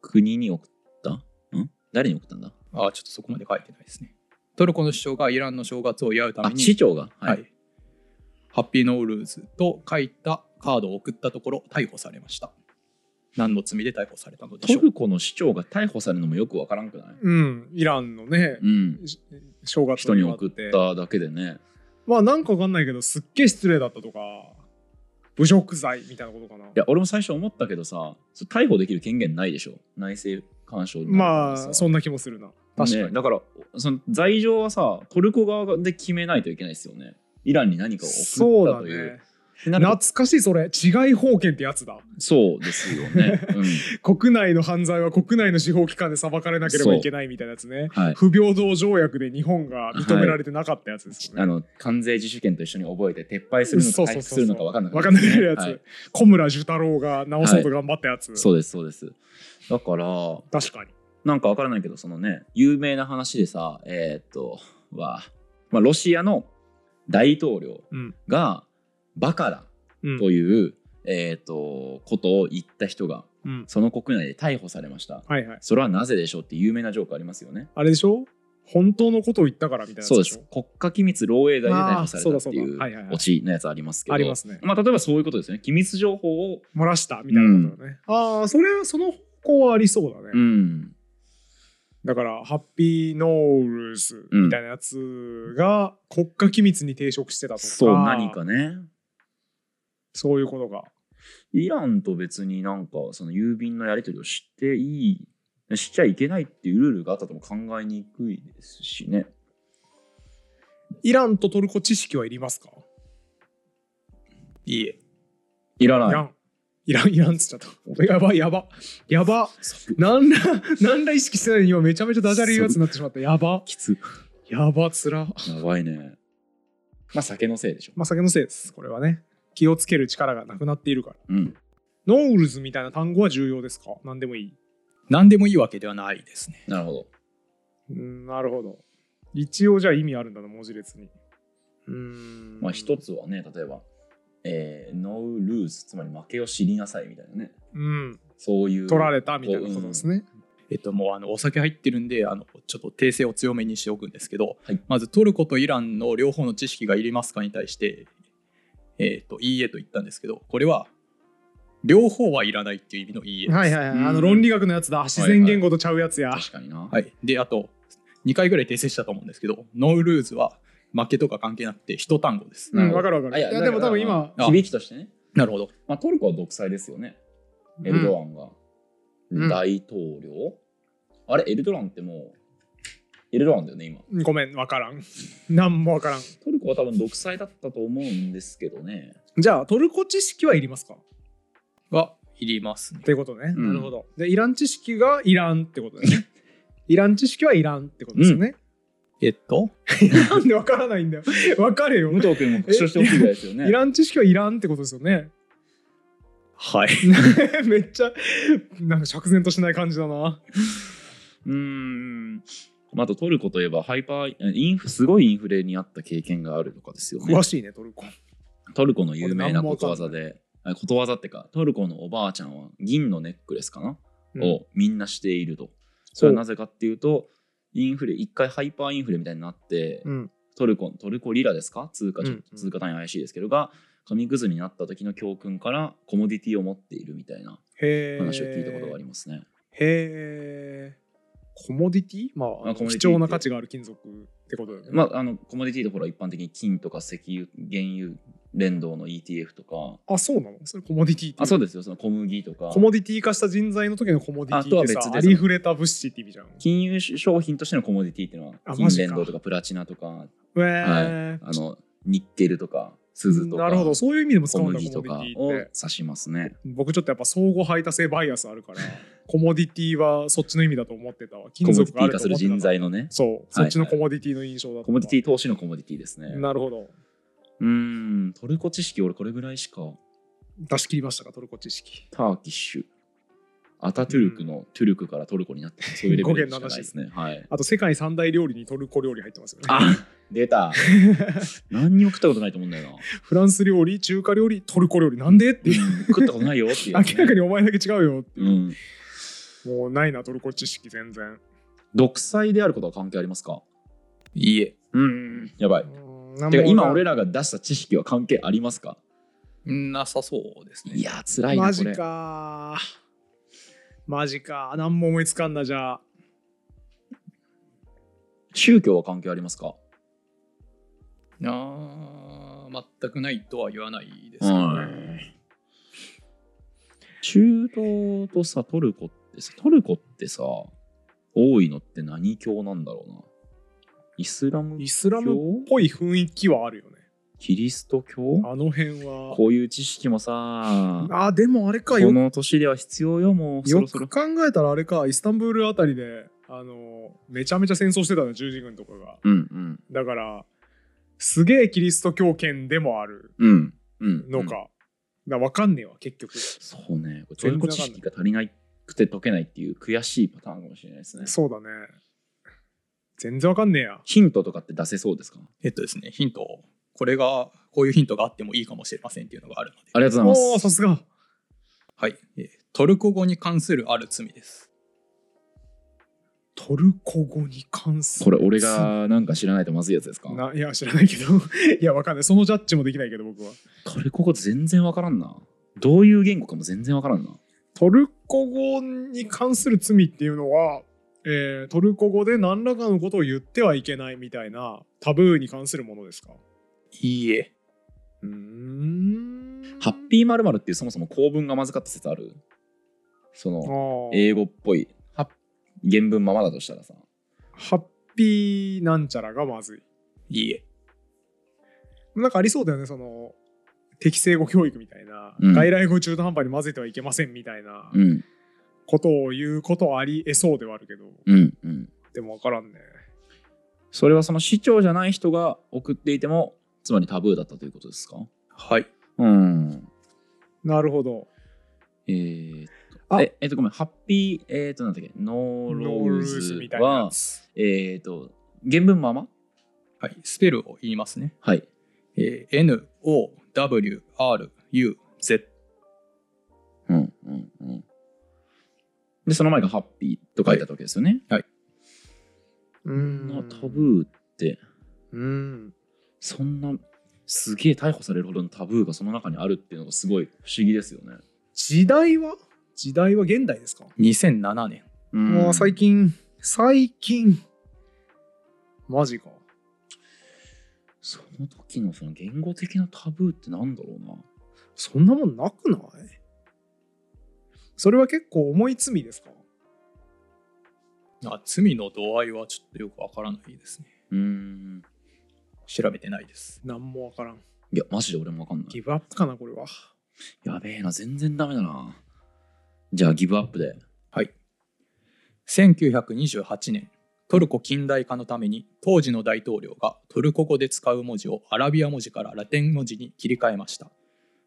Speaker 1: 国に送ったん誰に送ったんだ
Speaker 3: あちょっとそこまで書いてないですねトルコの首相がイランの正月を祝うた
Speaker 1: あ
Speaker 3: めに
Speaker 1: 市長が
Speaker 3: はい、ハッピーノールーズと書いたカードを送ったところ逮捕されました何の罪で逮捕されたの
Speaker 1: ト
Speaker 3: でしょう
Speaker 1: ルコの市長が逮捕されるのもよくわからんくない、
Speaker 2: うんイランのね
Speaker 1: うん、
Speaker 2: し正月
Speaker 1: 人に送っ
Speaker 2: 祝
Speaker 1: ただけでね
Speaker 2: まあなんかわかんないけどすっげえ失礼だったとか侮辱罪みたいなことかない
Speaker 1: や俺も最初思ったけどさそう逮捕できる権限ないでしょ内政干渉になるから
Speaker 2: ま
Speaker 1: さ
Speaker 2: あそんな気もするな確かに、
Speaker 1: ねだからその罪状はさトルコ側で決めないといけないですよねイランに何かを送
Speaker 2: そう
Speaker 1: った
Speaker 2: だ
Speaker 1: という
Speaker 2: ね
Speaker 1: ってなると
Speaker 2: 懐かしいそれ治外法権ってやつだ
Speaker 1: そうですよね、う ん
Speaker 2: 国内の犯罪は国内の司法機関で裁かれなければいけないみたいなやつね
Speaker 1: はい、
Speaker 2: 不平等条約で日本が認められてなかったやつですよね、
Speaker 1: あの関税自主権と一緒に覚えて撤廃するの
Speaker 2: そう
Speaker 1: か
Speaker 2: そう
Speaker 1: 回復
Speaker 2: そう
Speaker 1: するのか分かんなく
Speaker 2: わかんないやつ、
Speaker 1: はい
Speaker 2: 小村寿太郎が直そうと頑張ったやつ、
Speaker 1: そうですそうですだから
Speaker 2: 確かに
Speaker 1: なんか分からないけどそのね有名な話でさえーっとは、まあ、ロシアの大統領
Speaker 2: うん
Speaker 1: がバカだ
Speaker 2: うん
Speaker 1: という、えーっとことを言った人が
Speaker 2: うん
Speaker 1: その国内で逮捕されました
Speaker 2: はいはい
Speaker 1: それはなぜでしょうって有名なジョークありますよね。
Speaker 2: あれでしょ本当のことを言ったからみたいなやつ
Speaker 1: そうで
Speaker 2: しょ
Speaker 1: す。国家機密漏洩罪で逮捕さ
Speaker 2: あーそ
Speaker 1: れ
Speaker 2: うだ
Speaker 1: た
Speaker 2: そ
Speaker 1: っ
Speaker 2: う
Speaker 1: て
Speaker 2: だ
Speaker 1: いう
Speaker 2: はいはいはい
Speaker 1: オチのやつありますけど。
Speaker 2: ありますね
Speaker 1: まあ例えばそういうことですよね。機密情報を、
Speaker 2: 漏らしたみたいなことだね、ああそれはその方向はありそうだね、
Speaker 1: うん、
Speaker 2: だからハッピーノールズみたいなやつが国家機密に抵触してたとか
Speaker 1: そう何かね。
Speaker 2: そういうことが
Speaker 1: イランと別になんかその郵便のやり取りをしていい、しちゃいけないっていうルールがあったとも考えにくいですしね。
Speaker 2: イランとトルコ知識はいりますか
Speaker 3: いいえ
Speaker 1: いら
Speaker 2: イ
Speaker 1: な
Speaker 2: ラ
Speaker 1: い。
Speaker 2: ンイランイランっつっちゃったやばやばやばなんら なんら意識してないのに今めちゃめちゃダジャレ言うやつになってしまったやば
Speaker 1: きつ。
Speaker 2: やばつら
Speaker 1: やばいね。まあ酒のせいでしょ。
Speaker 2: まあ酒のせいですこれはね気をつける力がなくなっているから
Speaker 1: うん。
Speaker 2: ノールズみたいな単語は重要ですか何でもいい
Speaker 3: 何でもいいわけではないですね
Speaker 1: なるほど。
Speaker 2: うんなるほど一応じゃあ意味あるんだな文字列にうん
Speaker 1: まあ一つはね、例えば、えー、ノールーズ、つまり負けを知りなさいみたいなね。
Speaker 2: うん
Speaker 1: そういう。
Speaker 2: 取られたみたいなことですね、
Speaker 3: えっともうあのお酒入ってるんであのちょっと訂正を強めにしておくんですけど、
Speaker 1: はい
Speaker 3: まずトルコとイランの両方の知識がいりますかに対してえっといいえと言ったんですけどこれは両方はいらないっていう意味のいいえです、
Speaker 2: はいはいはいあ
Speaker 1: う
Speaker 2: の
Speaker 1: ん
Speaker 2: 論理学のやつだ自然言語とちゃうやつや、
Speaker 1: 確かにな。
Speaker 3: はい、であと2回ぐらい訂正したと思うんですけどノールーズは負けとか関係なくて一単語です
Speaker 2: うんわかるわかる
Speaker 1: あ
Speaker 2: いやでも多分今
Speaker 1: あ響きとしてね、
Speaker 3: なるほど
Speaker 1: まあ、トルコは独裁ですよね。
Speaker 2: うん
Speaker 1: エルドアンが
Speaker 2: うん
Speaker 1: 大統領、あれ、エルドアンってもう、エルドアンだよね、今。
Speaker 2: ごめんわからん 何もわからん
Speaker 1: トルコは多分独裁だったと思うんですけどね。
Speaker 2: じゃあトルコ知識はいりますかっ
Speaker 3: はいりますね
Speaker 2: ていうことね、
Speaker 1: うん
Speaker 2: なるほどでイラン知識がイランってことだ よねイラン知識はいらんってことですよね、
Speaker 3: えっと
Speaker 2: なんでわからないんだよわかれよ
Speaker 1: 武藤君も復唱してほしいぐらいですよ ね。
Speaker 2: イラン知識はいらんってことですよね
Speaker 3: はい
Speaker 2: めっちゃなんか釈然としない感じだな
Speaker 1: うーん。まああとトルコといえばハイパーインフすごいインフレにあった経験があるとかですよね
Speaker 2: 詳しいねトルコ
Speaker 1: トルコの有名なことわざであことわざってかトルコのおばあちゃんは銀のネックレスかな、
Speaker 2: うん
Speaker 1: をみんなしているとそれはなぜかっていうとインフレ一回ハイパーインフレみたいになって、
Speaker 2: うん
Speaker 1: トルコトルコリラですか通貨、ちょ
Speaker 2: うんうん
Speaker 1: 通貨単位怪しいですけどが紙くずになった時の教訓からコモディティを持っているみたいな
Speaker 2: へえ
Speaker 1: 話を聞いたことがありますね。
Speaker 2: へえコモディティまああの
Speaker 1: コモディティって
Speaker 2: 貴重な価値がある金属ってことだよね、
Speaker 1: まあ、あのコモディティとほら一般的に金とか石油原油連動の ETF とか
Speaker 2: あそうなのそれコモディティって
Speaker 1: あそう
Speaker 2: う
Speaker 1: ですよその小麦とか
Speaker 2: コモディティ化した人材の時のコモディテ
Speaker 1: あと
Speaker 2: ィっ
Speaker 1: は
Speaker 2: て
Speaker 1: 別で
Speaker 2: さ
Speaker 1: その
Speaker 2: ありふれた物資って意味じゃん
Speaker 1: 金融商品としてのコモディティっていうの
Speaker 2: あ
Speaker 1: は
Speaker 2: マ
Speaker 1: 金
Speaker 2: ジか
Speaker 1: 連動とかプラチナとか
Speaker 2: えー
Speaker 1: あのニッケルとか鈴とか
Speaker 2: なるほどそういう意味でも使
Speaker 1: 小
Speaker 2: うんだ
Speaker 1: 麦と
Speaker 2: コ
Speaker 1: か
Speaker 2: モディテ
Speaker 1: を
Speaker 2: ィっ
Speaker 1: 指
Speaker 2: て
Speaker 1: しますね。
Speaker 2: 僕ちょっとやっぱ相互排他性バイアスあるからコモディティはそっちの意味だと思ってたわ
Speaker 1: コ
Speaker 2: 金
Speaker 1: モデ
Speaker 2: 属
Speaker 1: ィテ
Speaker 2: があ
Speaker 1: ィ
Speaker 2: る
Speaker 1: 化
Speaker 2: と
Speaker 1: す
Speaker 2: 思
Speaker 1: る
Speaker 2: って
Speaker 1: 人
Speaker 2: なかった
Speaker 1: 材のね
Speaker 2: そうそっちのコモディティの印象だったわ
Speaker 1: コモディティ投資のコモディティですね。
Speaker 2: なるほど
Speaker 1: うーんトルコ知識俺これぐらいしか
Speaker 2: 出し切りましたかトルコ知識
Speaker 1: ターキッシュアタトゥルクのトゥルクからトルコになったそういうレベルしかないですね。はい
Speaker 2: あと世界三大料理にトルコ料理入ってますよね
Speaker 1: あ出た何にも食ったことないと思うんだよな
Speaker 2: フランス料理中華料理トルコ料理なんでっていう
Speaker 1: 食ったことないよっていう、
Speaker 2: 明らかにお前だけ違うよって
Speaker 1: う、
Speaker 2: いうんもうないなトルコ知識全然
Speaker 1: 独裁であることは関係ありますか
Speaker 3: いいえ。
Speaker 1: うんやばいて
Speaker 2: て
Speaker 1: か今俺らが出した知識は関係ありますか
Speaker 3: なさそうですね。
Speaker 1: いやー辛いな
Speaker 2: マ
Speaker 1: こ
Speaker 2: ジ
Speaker 1: れ
Speaker 2: かマジか何も思いつかんなじゃあ
Speaker 1: 宗教は関係ありますか
Speaker 3: あー全くないとは言わないですけどね。
Speaker 1: 中東とさトルコってさトルコってさ多いのって何教なんだろうなイスラム
Speaker 2: イスラムっ
Speaker 1: 教
Speaker 2: ぽい雰囲気はあるよね
Speaker 1: キリスト教
Speaker 2: あの辺は
Speaker 1: こういう知識もさ
Speaker 2: あでもあれか
Speaker 1: こ
Speaker 2: よ
Speaker 1: の年では必要よもうそ
Speaker 2: よ
Speaker 1: ろそ
Speaker 2: く
Speaker 1: ろ
Speaker 2: 考えたらあれかイスタンブールあたりであのめちゃめちゃ戦争してたの十字軍とかが
Speaker 1: うん
Speaker 2: だからすげえキリスト教圏でもある
Speaker 1: うんうんうん
Speaker 2: のか、だから分かんねえわ結局
Speaker 1: そうねこれト
Speaker 2: 全
Speaker 1: ル
Speaker 2: 然
Speaker 1: コ知識が足りなくて解けないっていう悔しいパターンかもしれないですね
Speaker 2: そうだね全然分かんねえや
Speaker 1: ヒントとかって出せそうですか
Speaker 3: えっとですね、ヒント、これが、こういうヒントがあってもいいかもしれませんっていうのがあるので。
Speaker 1: ありがとうござい
Speaker 2: お
Speaker 1: ま
Speaker 2: お
Speaker 1: す
Speaker 2: さすが
Speaker 3: はい、えートルコ語に関するある罪です。
Speaker 2: トルコ語に関す
Speaker 1: こ
Speaker 2: る
Speaker 1: れ俺がなんか知らないとまずいやつですか
Speaker 2: ないや知らないけど いや分かんないそのジャッジもできないけど僕は
Speaker 1: トルコ語全然わからんなどういう言語かも全然わからんな
Speaker 2: トルコ語に関する罪っていうのは、えートルコ語で何らかのことを言ってはいけないみたいなタブーに関するものですか
Speaker 3: いいえ。
Speaker 2: うーん
Speaker 1: ハッピーまるっていうそもそも構文がまずかった説あるその
Speaker 2: あー
Speaker 1: 英語っぽいは原文ままだとしたらさ
Speaker 2: ハッピーなんちゃらがまずい
Speaker 3: いいえ。
Speaker 2: なんかありそうだよねその適正語教育みたいな、
Speaker 1: うん
Speaker 2: 外来語中途半端に混ぜてはいけませんみたいな
Speaker 1: うん
Speaker 2: ことを言うことはありえそうではあるけど、
Speaker 1: うんうん
Speaker 2: でも分からんね
Speaker 1: それはその市長じゃない人が送っていてもつまりタブーだったということですか
Speaker 3: はい。
Speaker 1: うん
Speaker 2: なるほど
Speaker 1: えーっと
Speaker 2: あ
Speaker 1: ええっとごめんハッピーえーっとなんだっけノーローズ
Speaker 2: みたいなや
Speaker 1: は
Speaker 2: つ
Speaker 1: えーっと原文まま
Speaker 3: はい、スペルを言いますね。
Speaker 1: はい
Speaker 3: えー N、O、W、R、U、Z。
Speaker 1: うんうんうんでその前がハッピーと書いてあったわけですよね、
Speaker 2: う
Speaker 1: そん
Speaker 2: ん
Speaker 1: なタブーって
Speaker 2: うん
Speaker 1: そんなすげえ逮捕されるほどのタブーがその中にあるっていうのがすごい不思議ですよね。
Speaker 2: 時代は時代は現代ですか、
Speaker 3: 2007年。
Speaker 2: もう
Speaker 1: 最
Speaker 2: 最近最近マジか
Speaker 1: その時のその言語的なタブーってなんだろうな。
Speaker 2: そんなもんなくないそれは結構重い罪ですか
Speaker 3: あ罪の度合いはちょっとよくわからないですね。
Speaker 1: うーん。
Speaker 3: 調べてないです。
Speaker 2: なんもわからん
Speaker 1: いや、マジで俺もわかんない。
Speaker 2: ギブアップかなこれは
Speaker 1: やべえな、全然ダメだな。じゃあギブアップで。
Speaker 3: はい。1928年、トルコ近代化のために当時の大統領がトルコ語で使う文字をアラビア文字からラテン文字に切り替えました。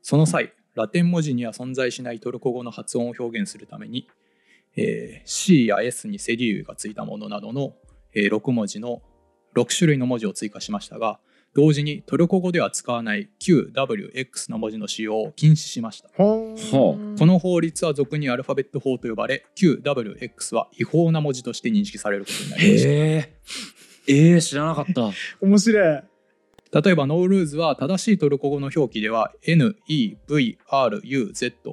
Speaker 3: その際、ラテン文字には存在しないトルコ語の発音を表現するために、えー C や S にセリウがついたものなどの、え6文字の6種類の文字を追加しましたが、同時にトルコ語では使わない QWX の文字の使用を禁止しました
Speaker 2: ほ
Speaker 1: ほ
Speaker 3: この法律は俗にアルファベット法と呼ばれ QWX は違法な文字として認識されることになりました
Speaker 1: へええー、知らなかった
Speaker 2: 面白い
Speaker 3: 例えばノールーズは正しいトルコ語の表記では NEVRUZ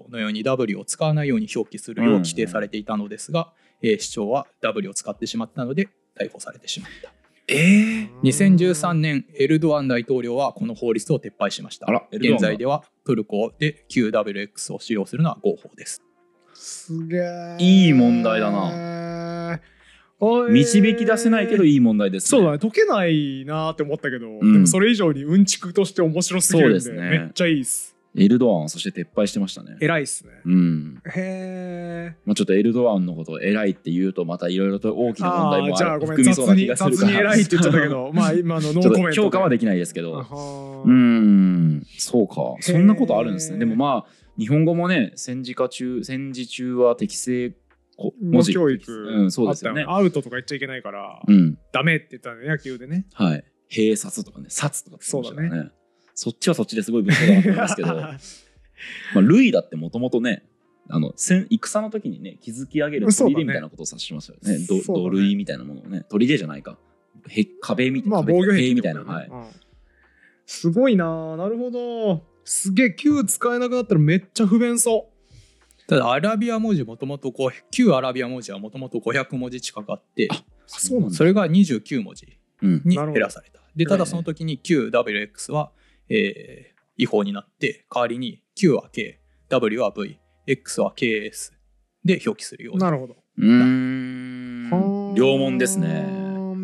Speaker 3: のように W を使わないように表記するよう規定されていたのですが、えー市長は W を使ってしまったので逮捕されてしまった
Speaker 1: えー、
Speaker 3: 2013年エルドアン大統領はこの法律を撤廃しました
Speaker 1: あらエルドアンが
Speaker 3: 現在ではトルコで QWX を使用するのは合法です
Speaker 2: すげえ
Speaker 1: いい問題だ
Speaker 2: な
Speaker 1: 導き出せないけど
Speaker 2: い
Speaker 1: いい問題です、ね、
Speaker 2: そうだね解けないなーって思ったけど、
Speaker 1: ん
Speaker 2: でもそれ以上にうんちくとして面白すぎるんで
Speaker 1: そうですね
Speaker 2: めっちゃいいっす
Speaker 1: エルドアンはそして撤廃してましたね
Speaker 2: 偉いっすね
Speaker 1: うん
Speaker 2: へえ
Speaker 1: まあ、ちょっとエルドアンのことを偉いって言うとまたいろいろと大きな問題
Speaker 2: あー
Speaker 1: も
Speaker 2: じゃ
Speaker 1: あ
Speaker 2: あ
Speaker 1: る
Speaker 2: ごめ
Speaker 1: 含
Speaker 2: ん
Speaker 1: み
Speaker 2: 雑
Speaker 1: そうな気
Speaker 2: に
Speaker 1: がす
Speaker 2: 雑
Speaker 1: るから
Speaker 2: に偉いって言っちゃったけどまあ今のノ
Speaker 1: ちょ
Speaker 2: ー
Speaker 1: っ
Speaker 2: コメン
Speaker 1: と
Speaker 2: ト
Speaker 1: 評価は
Speaker 2: で
Speaker 1: できないですけ
Speaker 2: あ
Speaker 1: ど
Speaker 2: は
Speaker 1: う
Speaker 2: ー
Speaker 1: んそうか
Speaker 2: ー
Speaker 1: そんなことあるんですねでもまあ日本語もね戦時下中戦時中は適正こ文字
Speaker 2: 教育
Speaker 1: うん、そうですよ
Speaker 2: あ
Speaker 1: ね
Speaker 2: ったアウトとか言っちゃいけないから、
Speaker 1: うん
Speaker 2: ダメって言ったね野球でね
Speaker 1: はい閉殺とかね殺とかって言ってました
Speaker 2: そ
Speaker 1: からねそっちはそっちですごい文章だなと思いますけ どまあ類だってもともとねあの戦戦の時にね築き上げる
Speaker 2: そうだ
Speaker 1: 砦
Speaker 2: ね
Speaker 1: みたいなことを指しましたよね
Speaker 2: そうだ
Speaker 1: ど
Speaker 2: ね
Speaker 1: 土塁みたいなものをね砦じゃないかへ壁みたいな
Speaker 2: まあ防御
Speaker 1: 壁
Speaker 2: 壁
Speaker 1: みたいなはい
Speaker 2: うんすごいなあなるほどすげえ Q 使えなくなったらめっちゃ不便そ
Speaker 3: ただアラビア文字もともとこう旧アラビア文字はもともと500文字近くあって
Speaker 1: あそうなんだ
Speaker 3: それが29文字
Speaker 1: うん
Speaker 3: に
Speaker 2: なるほど
Speaker 3: 減らされたでただその時に QWX は、えー違法になって代わりに Q は KW は VX は KS で表記するよう
Speaker 2: う
Speaker 3: に
Speaker 2: なるほど
Speaker 1: うー
Speaker 2: は
Speaker 1: ん
Speaker 2: あ
Speaker 1: 両門ですね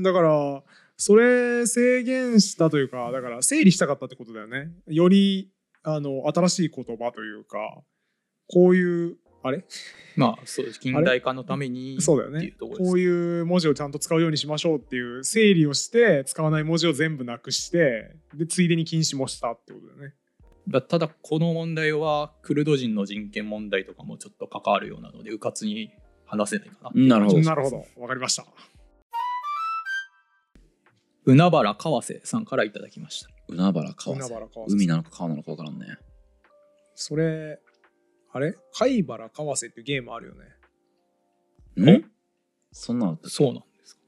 Speaker 2: だからそれ制限したというかだから整理したかったってことだよねよりあの新しい言葉というかこういうあれ
Speaker 3: まあそう近代化のために
Speaker 2: そうだよ
Speaker 3: ってい
Speaker 2: ね
Speaker 3: うところです
Speaker 2: こういう文字をちゃんと使うようにしましょうっていう整理をして使わない文字を全部なくしてでついでに禁止もしたってことだよね
Speaker 3: だただこの問題はクルド人の人権問題とかもちょっと関わるようなのでうかつに話せないかな
Speaker 1: なるほど
Speaker 2: なるほどわかりました
Speaker 3: 海原川瀬さんからいただきました
Speaker 1: 海原川
Speaker 2: 海
Speaker 1: 瀬
Speaker 2: 原川瀬
Speaker 1: 海なのか川なのか分からんね
Speaker 2: それあれ貝原川瀬っていうゲームあるよね
Speaker 1: んそんなのあった
Speaker 3: そうなんですか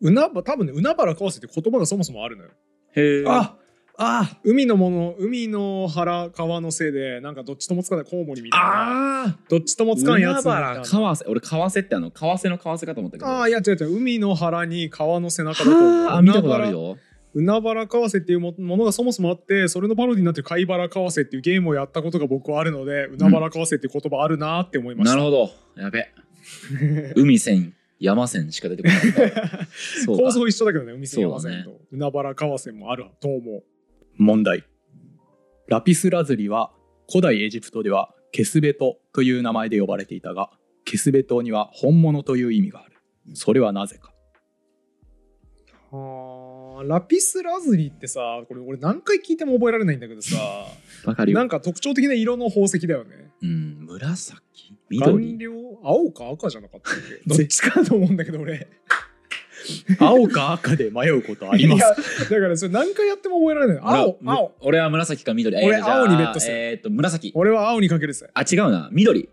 Speaker 2: うなば多分ね海原川瀬って言葉がそもそもあるのよ
Speaker 1: へえ
Speaker 3: ああ
Speaker 2: 海のもの海の原川のせいでなんかどっちともつかないコウモリみたいな
Speaker 1: あ
Speaker 2: どっちともつかん
Speaker 1: 海
Speaker 2: やつみたいな
Speaker 1: 原川瀬俺川瀬ってあの川瀬の川瀬かと思ったけど
Speaker 2: ああいや違う違う海の原に川の背中だと思う
Speaker 1: ああ見たことあるよ
Speaker 2: 海原川瀬っていうもものがそもそもあってそれのパロディになってる貝原川瀬っていうゲームをやったことが僕はあるので海原川瀬っていう言葉あるなーって思いまし
Speaker 1: な
Speaker 2: た、
Speaker 1: るほどやべ海線山線しか出てこ ないそう
Speaker 2: 構
Speaker 1: か
Speaker 2: 想一緒だけどね海瀬山
Speaker 1: そうだ
Speaker 2: 線
Speaker 1: ね
Speaker 2: と、海原川瀬もあると思う
Speaker 3: 問題ラピスラズリは古代エジプトではケスベトという名前で呼ばれていたがケスベトには本物という意味があるそれはなぜか
Speaker 2: はあラピスラズリってさこれ俺何回聞いても覚えられないんだけどさ
Speaker 1: わかる
Speaker 2: な
Speaker 1: よ
Speaker 2: んか特徴的な色の宝石だよね
Speaker 1: うん紫
Speaker 2: 顔
Speaker 1: 緑
Speaker 2: 料青か赤じゃなかったっけどっちかと思うんだけど俺
Speaker 3: 青か赤で迷うことありま
Speaker 2: いや
Speaker 3: す
Speaker 2: だからそれ何回やっても覚えられない青
Speaker 1: 俺は
Speaker 2: 青
Speaker 1: 俺は紫か緑えー
Speaker 2: 俺
Speaker 1: じゃあ
Speaker 2: 青にベットする
Speaker 1: えーっと紫
Speaker 2: 俺は青にかけるぜ
Speaker 1: あ違うな緑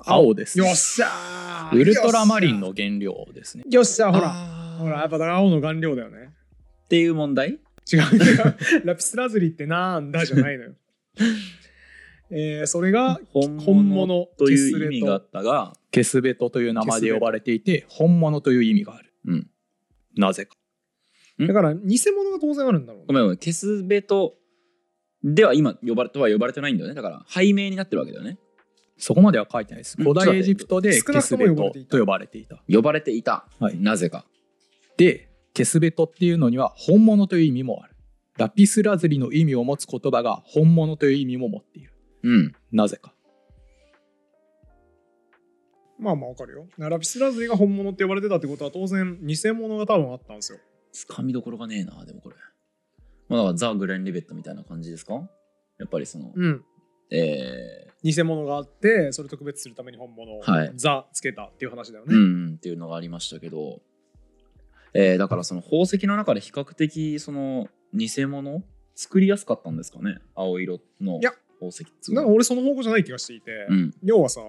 Speaker 3: 青です
Speaker 2: よっしゃー
Speaker 3: ウルトラマリンの原料ですね
Speaker 2: よっしゃーほら
Speaker 1: ら
Speaker 2: ほらやっぱ青の顔料だよね
Speaker 1: っていう問題
Speaker 2: 違う違うラピスラズリってなんだじゃないのよえー、それが
Speaker 1: 本物
Speaker 2: 本物
Speaker 1: と
Speaker 2: ケ
Speaker 1: い
Speaker 2: ス
Speaker 1: う
Speaker 2: レ
Speaker 1: 意味があったが、
Speaker 3: ケスベトという名前で呼ばれていて本物という意味がある、
Speaker 1: うん
Speaker 3: なぜか
Speaker 2: だから偽物が当然あるんだろう
Speaker 1: ご
Speaker 2: ね
Speaker 1: めんごめん、ケスベトでは今呼ばれとは呼ばれてないんだよね。だから、背名になってるわけだよね。
Speaker 3: そこまでは書いてないです
Speaker 1: うん
Speaker 3: 古代エジプトで
Speaker 2: 少
Speaker 3: ケ
Speaker 2: なく
Speaker 3: ス
Speaker 2: と
Speaker 3: ベ
Speaker 2: も呼ば
Speaker 3: ト
Speaker 2: れていた
Speaker 3: と呼ばれていた
Speaker 1: 呼ばれていた。
Speaker 3: はい
Speaker 1: なぜか。
Speaker 3: でケスベトっていうのには本物という意味もあるラピスラズリの意味を持つ言葉が本物という意味も持っている
Speaker 1: うん。
Speaker 3: なぜか
Speaker 2: まあまあわかるよラピスラズリが本物って呼ばれてたってことは当然偽物が多分あったんですよ
Speaker 1: つかみどころがねえな、でもこれ。まあ、だからザ・グレン・リベットみたいな感じですかやっぱりその、
Speaker 2: うん
Speaker 1: え
Speaker 2: 偽物があってそれ特別するために本物を
Speaker 1: はい
Speaker 2: ザつけたっていう話だよ
Speaker 1: ー、う
Speaker 2: ね、
Speaker 1: ん、っていうのがありましたけど、えーだからその宝石の中で比較的その偽物作りやすかったんですかね青色の
Speaker 2: いや
Speaker 1: 宝石っていう
Speaker 2: な
Speaker 1: のは
Speaker 2: んか俺その方向じゃない気がしていて、
Speaker 1: うん
Speaker 2: 要はさ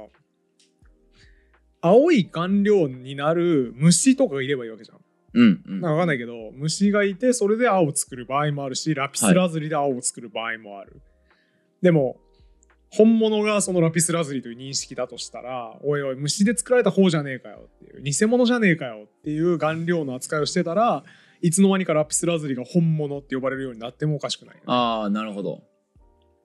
Speaker 2: 青い顔料になる虫とかがいればいいわけじゃん。
Speaker 1: うんうん
Speaker 2: なんか分かんないけど虫がいてそれで青を作る場合もあるしラピスラズリで青を作る場合もある、でも本物がそのラピスラズリという認識だとしたらおいおい虫で作られた方じゃねえかよっていう偽物じゃねえかよっていう顔料の扱いをしてたらいつの間にかラピスラズリが本物って呼ばれるようになってもおかしくないよね、
Speaker 1: ああなるほど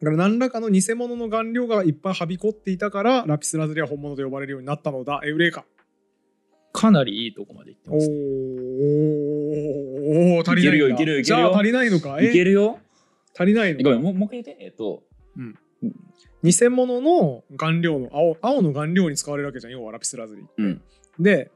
Speaker 2: だから何らかの偽物の顔料がいっぱいはびこっていたからラピスラズリは本物と呼ばれるようになったのだエウレカ
Speaker 3: かなりいいとこまで行って
Speaker 2: おー
Speaker 3: ま
Speaker 2: お
Speaker 3: す、
Speaker 2: ーおー足りないん
Speaker 1: いけるよい
Speaker 2: だ
Speaker 1: けるよいけるよ
Speaker 2: じゃあ足りないのかえ
Speaker 1: いけるよ
Speaker 2: 足りないの
Speaker 1: ごめんもうもう一回言ってえっと
Speaker 2: 偽物の顔料の青青の顔料に使われるわけじゃん要はラピスラズリ
Speaker 1: うん
Speaker 2: で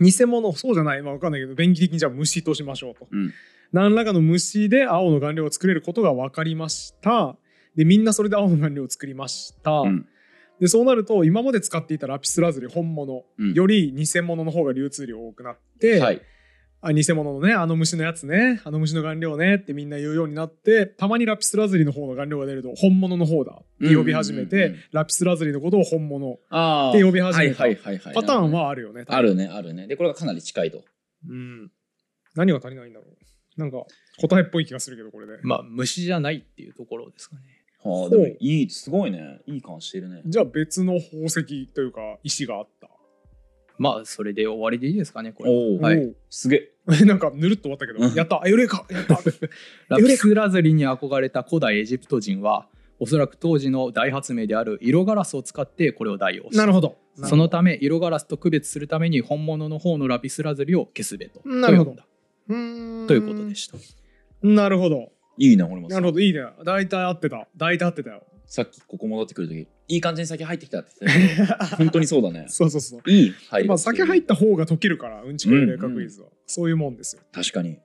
Speaker 2: 偽物そうじゃないまあ分かんないけど便宜的にじゃあ虫としましょうと、
Speaker 1: うん
Speaker 2: 何らかの虫で青の顔料を作れることが分かりましたでみんなそれで青の顔料を作りました、
Speaker 1: うん
Speaker 2: でそうなると今まで使っていたラピスラズリ本物
Speaker 1: うん
Speaker 2: より偽物の方が流通量多くなって、
Speaker 1: はい
Speaker 2: あ偽物のねあの虫のやつねあの虫の顔料ねってみんな言うようになってたまにラピスラズリの方の顔料が出ると本物の方だって呼び始めて、
Speaker 1: うんうんうんうん
Speaker 2: ラピスラズリのことを本物
Speaker 1: ああ
Speaker 2: で呼び始めた
Speaker 1: はいはいはいはい
Speaker 2: パターンはあるよね、
Speaker 1: あるねあるねでこれがかなり近いと
Speaker 2: うん、何が足りないんだろうなんか答えっぽい気がするけどこれで、
Speaker 3: まあ虫じゃないっていうところですかね
Speaker 1: は
Speaker 2: う
Speaker 1: あでもいいすごいねいい感してるね
Speaker 2: じゃあ別の宝石というか石があった
Speaker 3: まあそれで終わりでいいですかねこれは
Speaker 1: おお、はい、
Speaker 2: お
Speaker 1: すげえ
Speaker 2: う なんかぬるっと終わったけど
Speaker 1: うん
Speaker 2: やったあよれか やった
Speaker 3: ラピスラズリに憧れた古代エジプト人はおそらく当時の大発明である色ガラスを使ってこれを代用した
Speaker 2: なるほど
Speaker 3: そのため色ガラスと区別するために本物の方のラピスラズリを消すべとと
Speaker 2: なる
Speaker 3: 呼
Speaker 2: ほ
Speaker 3: ん
Speaker 2: ど
Speaker 3: だ
Speaker 2: うーん
Speaker 3: ということでした
Speaker 2: なるほど
Speaker 1: いいね森本
Speaker 2: な
Speaker 1: さ
Speaker 2: る
Speaker 1: ん
Speaker 2: ほどいいね大体合ってた大体合ってたよ
Speaker 1: さっきここ戻ってくる時いい感じに酒入ってきたって言ってたけ ど本当にそうだね
Speaker 2: そうそうそう
Speaker 1: いい入り方
Speaker 2: まあ
Speaker 1: して
Speaker 2: 酒
Speaker 1: る
Speaker 2: 入った方が解けるからうんちくエウレカクイズは、そういうもんですよ
Speaker 1: 確かに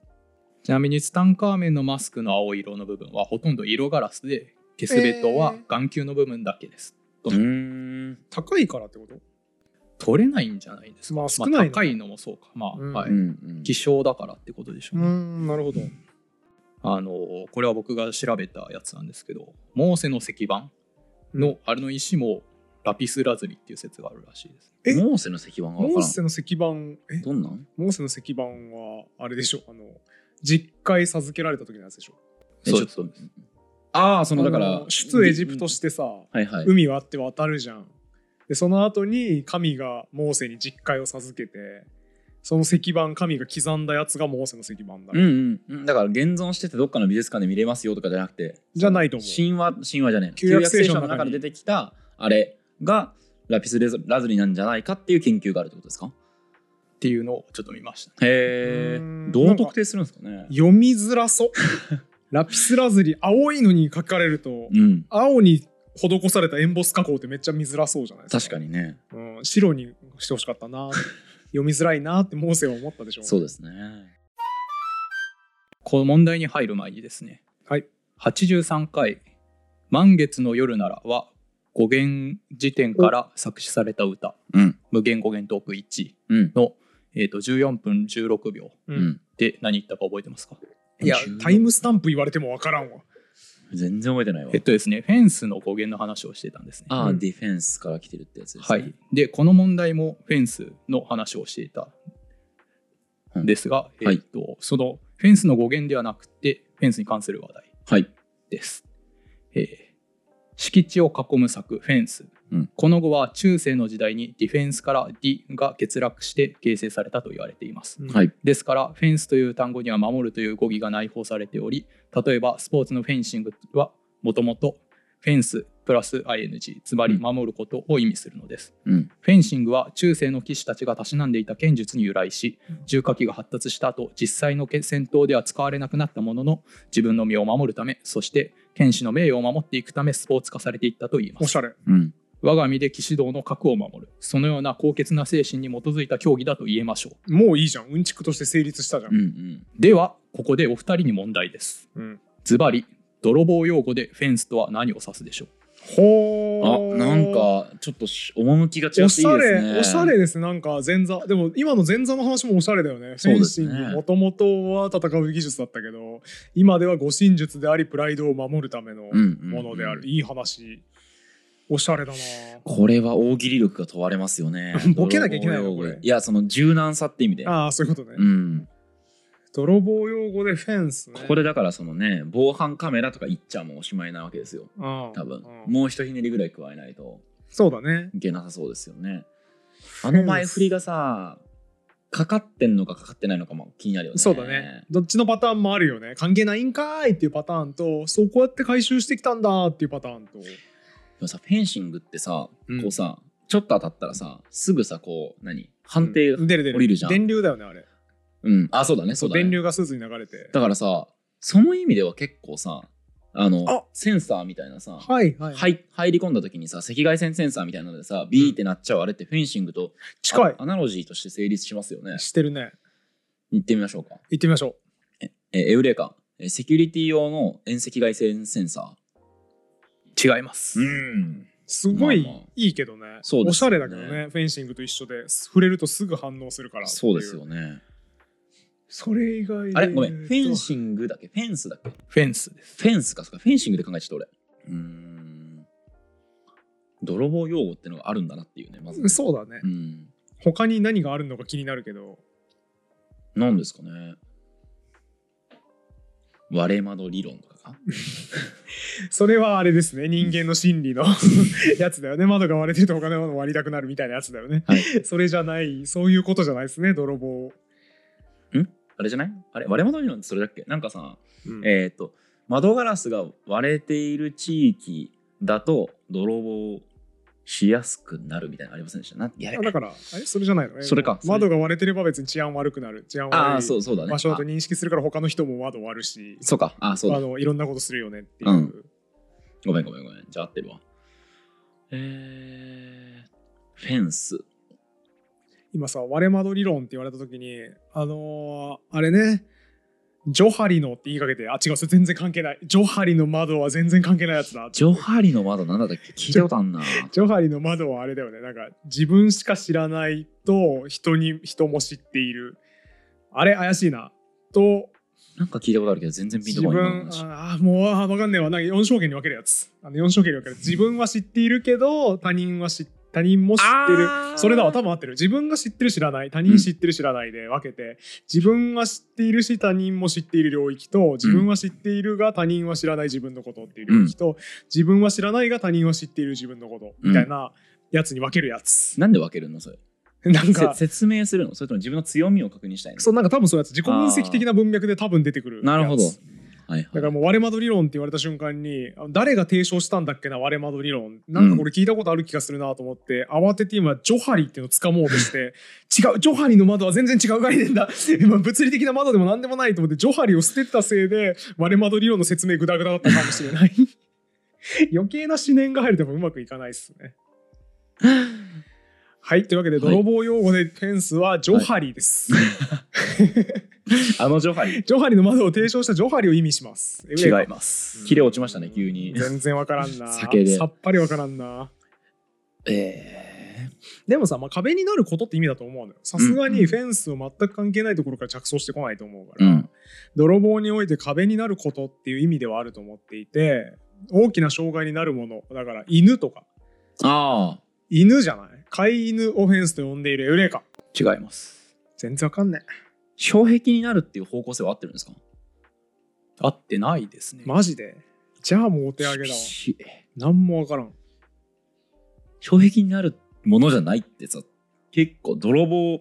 Speaker 3: ちなみにツタンカーメンのマスクの青色の部分はほとんど色ガラスで消すべとは
Speaker 2: えー
Speaker 3: 眼球の部分だけです、
Speaker 1: うーん
Speaker 2: 高いからってこと
Speaker 3: 取れないんじゃないですか、
Speaker 2: まあ少ないの
Speaker 3: 高いのもそうかまあ、
Speaker 2: うん
Speaker 3: は
Speaker 1: う
Speaker 3: い
Speaker 1: んうん
Speaker 3: 希少だからってことでしょ
Speaker 2: う
Speaker 3: う
Speaker 2: ー
Speaker 3: ね、
Speaker 2: んなるほど
Speaker 3: あのこれは僕が調べたやつなんですけどモーセの石板の、あれの石もラピスラズリっていう説があるらしいです
Speaker 2: え
Speaker 1: モーセの石板がわ
Speaker 2: モー
Speaker 1: から
Speaker 2: セの石板え
Speaker 1: んどんなん
Speaker 2: モーセの石板はあれでしょあの実家へ授けられた時のやつでしょ
Speaker 1: え
Speaker 3: そう
Speaker 1: ちょっとああそのだか
Speaker 2: あ
Speaker 1: ら
Speaker 2: の出エジプトしてさ、
Speaker 1: はいはい
Speaker 2: 海割って渡るじゃんでその後に神がモーセに実戒を授けてその石板神が刻んだやつがモーセの石板だ、
Speaker 1: うんうんうん、だから現存しててどっかの美術館で見れますよとかじゃなくて
Speaker 2: じゃないと思う
Speaker 1: 神話神話じゃねえ
Speaker 2: 旧約聖書の中に
Speaker 1: 旧約で出てきたあれがラピスレズラズリなんじゃないかっていう研究があるってことですか
Speaker 3: っていうのをちょっと見ました
Speaker 1: へ
Speaker 2: うー
Speaker 1: え
Speaker 2: ん
Speaker 1: どう特定するんですかね
Speaker 2: 読みづら そうラピスラズリ青いのに書かれると
Speaker 1: うん
Speaker 2: 青に施されたエンボス加工ってめっちゃ見づらそうじゃないです
Speaker 1: 確
Speaker 2: か
Speaker 1: かにね
Speaker 2: に、うん、白にしてほしかっ たな読みづらいなってモーセは思ったでしょ
Speaker 1: そうですね
Speaker 3: この問題に入る前にですね、
Speaker 2: はい、
Speaker 3: 83回「満月の夜なら」は語源辞典から作詞された歌
Speaker 1: うん
Speaker 3: 「無限語源トーク1
Speaker 1: うん
Speaker 3: の」えー、と14分16秒
Speaker 2: うん
Speaker 1: うん
Speaker 3: で何言ったか覚えてますか
Speaker 2: いや
Speaker 1: 14
Speaker 2: タイムスタンプ言われてもわからんわ
Speaker 1: 全然覚えてないわ
Speaker 3: えっとですねフェンスの語源の話をしてたんですね。
Speaker 1: ああ、
Speaker 2: うん
Speaker 1: ディフェンスから来てるってやつです
Speaker 3: は
Speaker 1: ね
Speaker 3: い、でこの問題もフェンスの話をしていたんですが、
Speaker 1: うんはい
Speaker 3: えっとそのフェンスの語源ではなくてフェンスに関する話題
Speaker 1: はい
Speaker 3: です。えー敷地を囲む柵フェンス、
Speaker 1: うん
Speaker 3: この後は中世の時代にディフェンスから「ディ」が欠落して形成されたと言われています。
Speaker 2: うん
Speaker 1: はい
Speaker 3: ですからフェンスという単語には守るという語義が内包されており例えばスポーツのフェンシングはもともとフェンスプラス ing つまり
Speaker 1: うん
Speaker 3: 守ることを意味するのです、
Speaker 1: うん
Speaker 3: フェンシングは中世の騎士たちがたしなんでいた剣術に由来し
Speaker 2: うん
Speaker 3: 重火器が発達した後実際の戦闘では使われなくなったものの自分の身を守るためそして剣士の名誉を守っていくためスポーツ化されていったといいます
Speaker 2: おしゃれ
Speaker 1: うん
Speaker 3: 我が身で騎士道の核を守るそのような高潔な精神に基づいた競技だと言えましょう
Speaker 2: もういいじゃんうんちくとして成立したじゃん
Speaker 1: うんうん
Speaker 3: ではここでお二人に問題です
Speaker 2: うん
Speaker 3: ズバリ泥棒用語でフェンスとは何を指すでしょう
Speaker 2: ほ
Speaker 1: あ
Speaker 2: ー
Speaker 1: なんかちょっとし趣が違っていい
Speaker 2: お
Speaker 1: です
Speaker 2: しゃれ
Speaker 1: ね
Speaker 2: おしゃれですねなんか前座でも今の前座の話もおしゃれだよね
Speaker 1: そうですね
Speaker 2: フェンシングもともとは戦う技術だったけど今では護身術でありプライドを守るための
Speaker 1: うん
Speaker 2: も
Speaker 1: うんうん
Speaker 2: のである、いい話おしゃれだな
Speaker 1: これは大喜利力が問われますよね
Speaker 2: ボケなきゃいけないの
Speaker 1: 泥棒用語
Speaker 2: これ
Speaker 1: いやその柔軟さって意味で
Speaker 2: ああーそういうことね、
Speaker 1: うん
Speaker 2: 泥棒用語でフェンスね
Speaker 1: ここでだからそのね防犯カメラとか言っちゃもうおしまいなわけですよ
Speaker 2: 多
Speaker 1: 多分
Speaker 2: うん
Speaker 1: もう一ひねりぐらい加えないと
Speaker 2: そうだね
Speaker 1: いけなさそうですよねあの前振りがさかかってんのかかかってないのかも気になるよね
Speaker 2: そうだねどっちのパターンもあるよね関係ないんかーいっていうパターンとそうこうやって回収してきたんだーっていうパターンと
Speaker 1: でもさフェンシングってさ、
Speaker 2: うん
Speaker 1: こうさちょっと当たったらさすぐさこう何判定が
Speaker 2: うん出る出る
Speaker 1: 降りるじゃん
Speaker 2: 電流だよねあれ
Speaker 1: うん、あそうだねそうだね
Speaker 2: 電流がスーツに流れて
Speaker 1: だからさその意味では結構さあの
Speaker 2: あ
Speaker 1: センサーみたいなさ、
Speaker 2: はいはい、
Speaker 1: はい、入り込んだ時にさ赤外線センサーみたいなのでさビーってなっちゃうあれってフェンシングと
Speaker 2: 近い
Speaker 1: あアナロジーとして成立しますよね
Speaker 2: してるね
Speaker 1: 行ってみましょうか
Speaker 2: 行ってみましょ
Speaker 1: えーエウレカえーセキュリティ用の遠赤外線センサ
Speaker 3: 違います
Speaker 1: ーん
Speaker 2: うすごい
Speaker 1: まあまあ
Speaker 2: いいけどね,、
Speaker 1: そうですよね
Speaker 2: おしゃれだけどねフェンシングと一緒で触れるとすぐ反応するからってい
Speaker 1: そうですよね
Speaker 2: それ以外で
Speaker 1: あれごめんフェン
Speaker 2: ン
Speaker 1: シングだっけフェンスだっけ
Speaker 3: フェンスです
Speaker 1: フェンスかそっかフェンシングで考えちゃった俺うーん泥棒用語ってのがあるんだなっていうねまずね
Speaker 2: そうだね、
Speaker 1: うん
Speaker 2: 他に何があるのか気になるけど
Speaker 1: なんですかね割れ窓理論とかか
Speaker 2: それはあれですね人間の心理のやつだよね窓が割れてると他の窓割りたくなるみたいなやつだよね、
Speaker 1: はい
Speaker 2: それじゃないそういうことじゃないですね泥棒、
Speaker 1: あれじゃないあれ割れ窓理論ってそれだっけなんかさ
Speaker 2: うん
Speaker 1: えっ、と窓ガラスが割れている地域だと泥棒しやすくなるみたいなのありませんでしたなんやれ
Speaker 2: あだからあれそれじゃないの
Speaker 1: それかそれ
Speaker 2: 窓が割れてれば別に治安悪くなる治安
Speaker 1: ああ
Speaker 2: 悪
Speaker 1: そ
Speaker 2: いう
Speaker 1: そうだね
Speaker 2: 場所だと
Speaker 1: あ
Speaker 2: 認識するから他の人も窓割るし
Speaker 1: そうかあそうだ
Speaker 2: あのいろんなことするよねっていう、
Speaker 1: うんごめんごめんごめんじゃあ合ってるわえー、フェンス
Speaker 2: 今さ割れ窓理論って言われた時にあのーあれねジョハリのって言いかけてあ違うそれ全然関係ないジョハリの窓は全然関係ないやつだ
Speaker 1: ジョハリの窓なんだったっけ聞いたことあんな
Speaker 2: ジョハリの窓はあれだよねなんか自分しか知らないと人に人も知っているあれ怪しいなと
Speaker 1: なんか聞いたことあるけど全然ピン
Speaker 2: 自
Speaker 1: とこない今の
Speaker 2: 分
Speaker 1: 話
Speaker 2: あーもうあーわかんねえわなんか4証言に分けるやつあの4証言に分ける自分は知っているけど他人は知他人も知ってるそれだわ多分合ってる自分が知ってる知らない他人知ってる知らないで分けて、自分は知っているし他人も知っている領域と自分は知っているが他人は知らない自分のことっていう領域と、自分は知らないが他人は知っている自分のことみたいなやつに分ける やつ、
Speaker 1: なんで分けるのそれ
Speaker 2: なんか
Speaker 1: せ説明するのそれとも自分の強みを確認したいの
Speaker 2: そうなんか多分そういうやつ自己分析的な文脈で多分出てくるやつ
Speaker 1: なるほどはいはい
Speaker 2: だからもう割れ窓理論って言われた瞬間にあ誰が提唱したんだっけな割れ窓理論なんかこれ聞いたことある気がするなと思って、慌てて今ジョハリっていうのを掴もうとして 違うジョハリの窓は全然違う概念だ 今物理的な窓でも何でもないと思ってジョハリを捨ててたせいで割れ窓理論の説明グダグダだったかもしれない 余計な思念が入るとやっぱうまくいかないですねはいというわけで
Speaker 1: はい
Speaker 2: 泥棒用語でフェンスはジョハリです、
Speaker 1: あのジョハリ
Speaker 2: ジョハリの窓を提唱したジョハリを意味します
Speaker 3: 違います
Speaker 1: 切れ落ちましたね急に
Speaker 2: 全然わからんな
Speaker 1: 酒で
Speaker 2: さっぱりわからんな
Speaker 1: え
Speaker 2: でもさ、まあ、壁になることって意味だと思うのよさす
Speaker 1: う
Speaker 2: が
Speaker 1: んう
Speaker 2: に
Speaker 1: ん
Speaker 2: フェンスを全く関係ないところから着想してこないと思うか
Speaker 1: ー、う
Speaker 2: ら、
Speaker 1: ん
Speaker 2: 泥棒において壁になることっていう意味ではあると思っていて大きな障害になるものだから犬とか
Speaker 1: ああ
Speaker 2: 犬じゃない飼い犬オフェンスと呼んでいるエウレカ
Speaker 3: 違います
Speaker 2: 全然わかんない
Speaker 1: 障壁になるっていう方向性は合ってるんですか
Speaker 3: 合ってないですね、
Speaker 2: マジでじゃあもうお手上げだわ
Speaker 1: 厳しい
Speaker 2: 何もわからん
Speaker 1: 障壁になるものじゃないってさ結構泥棒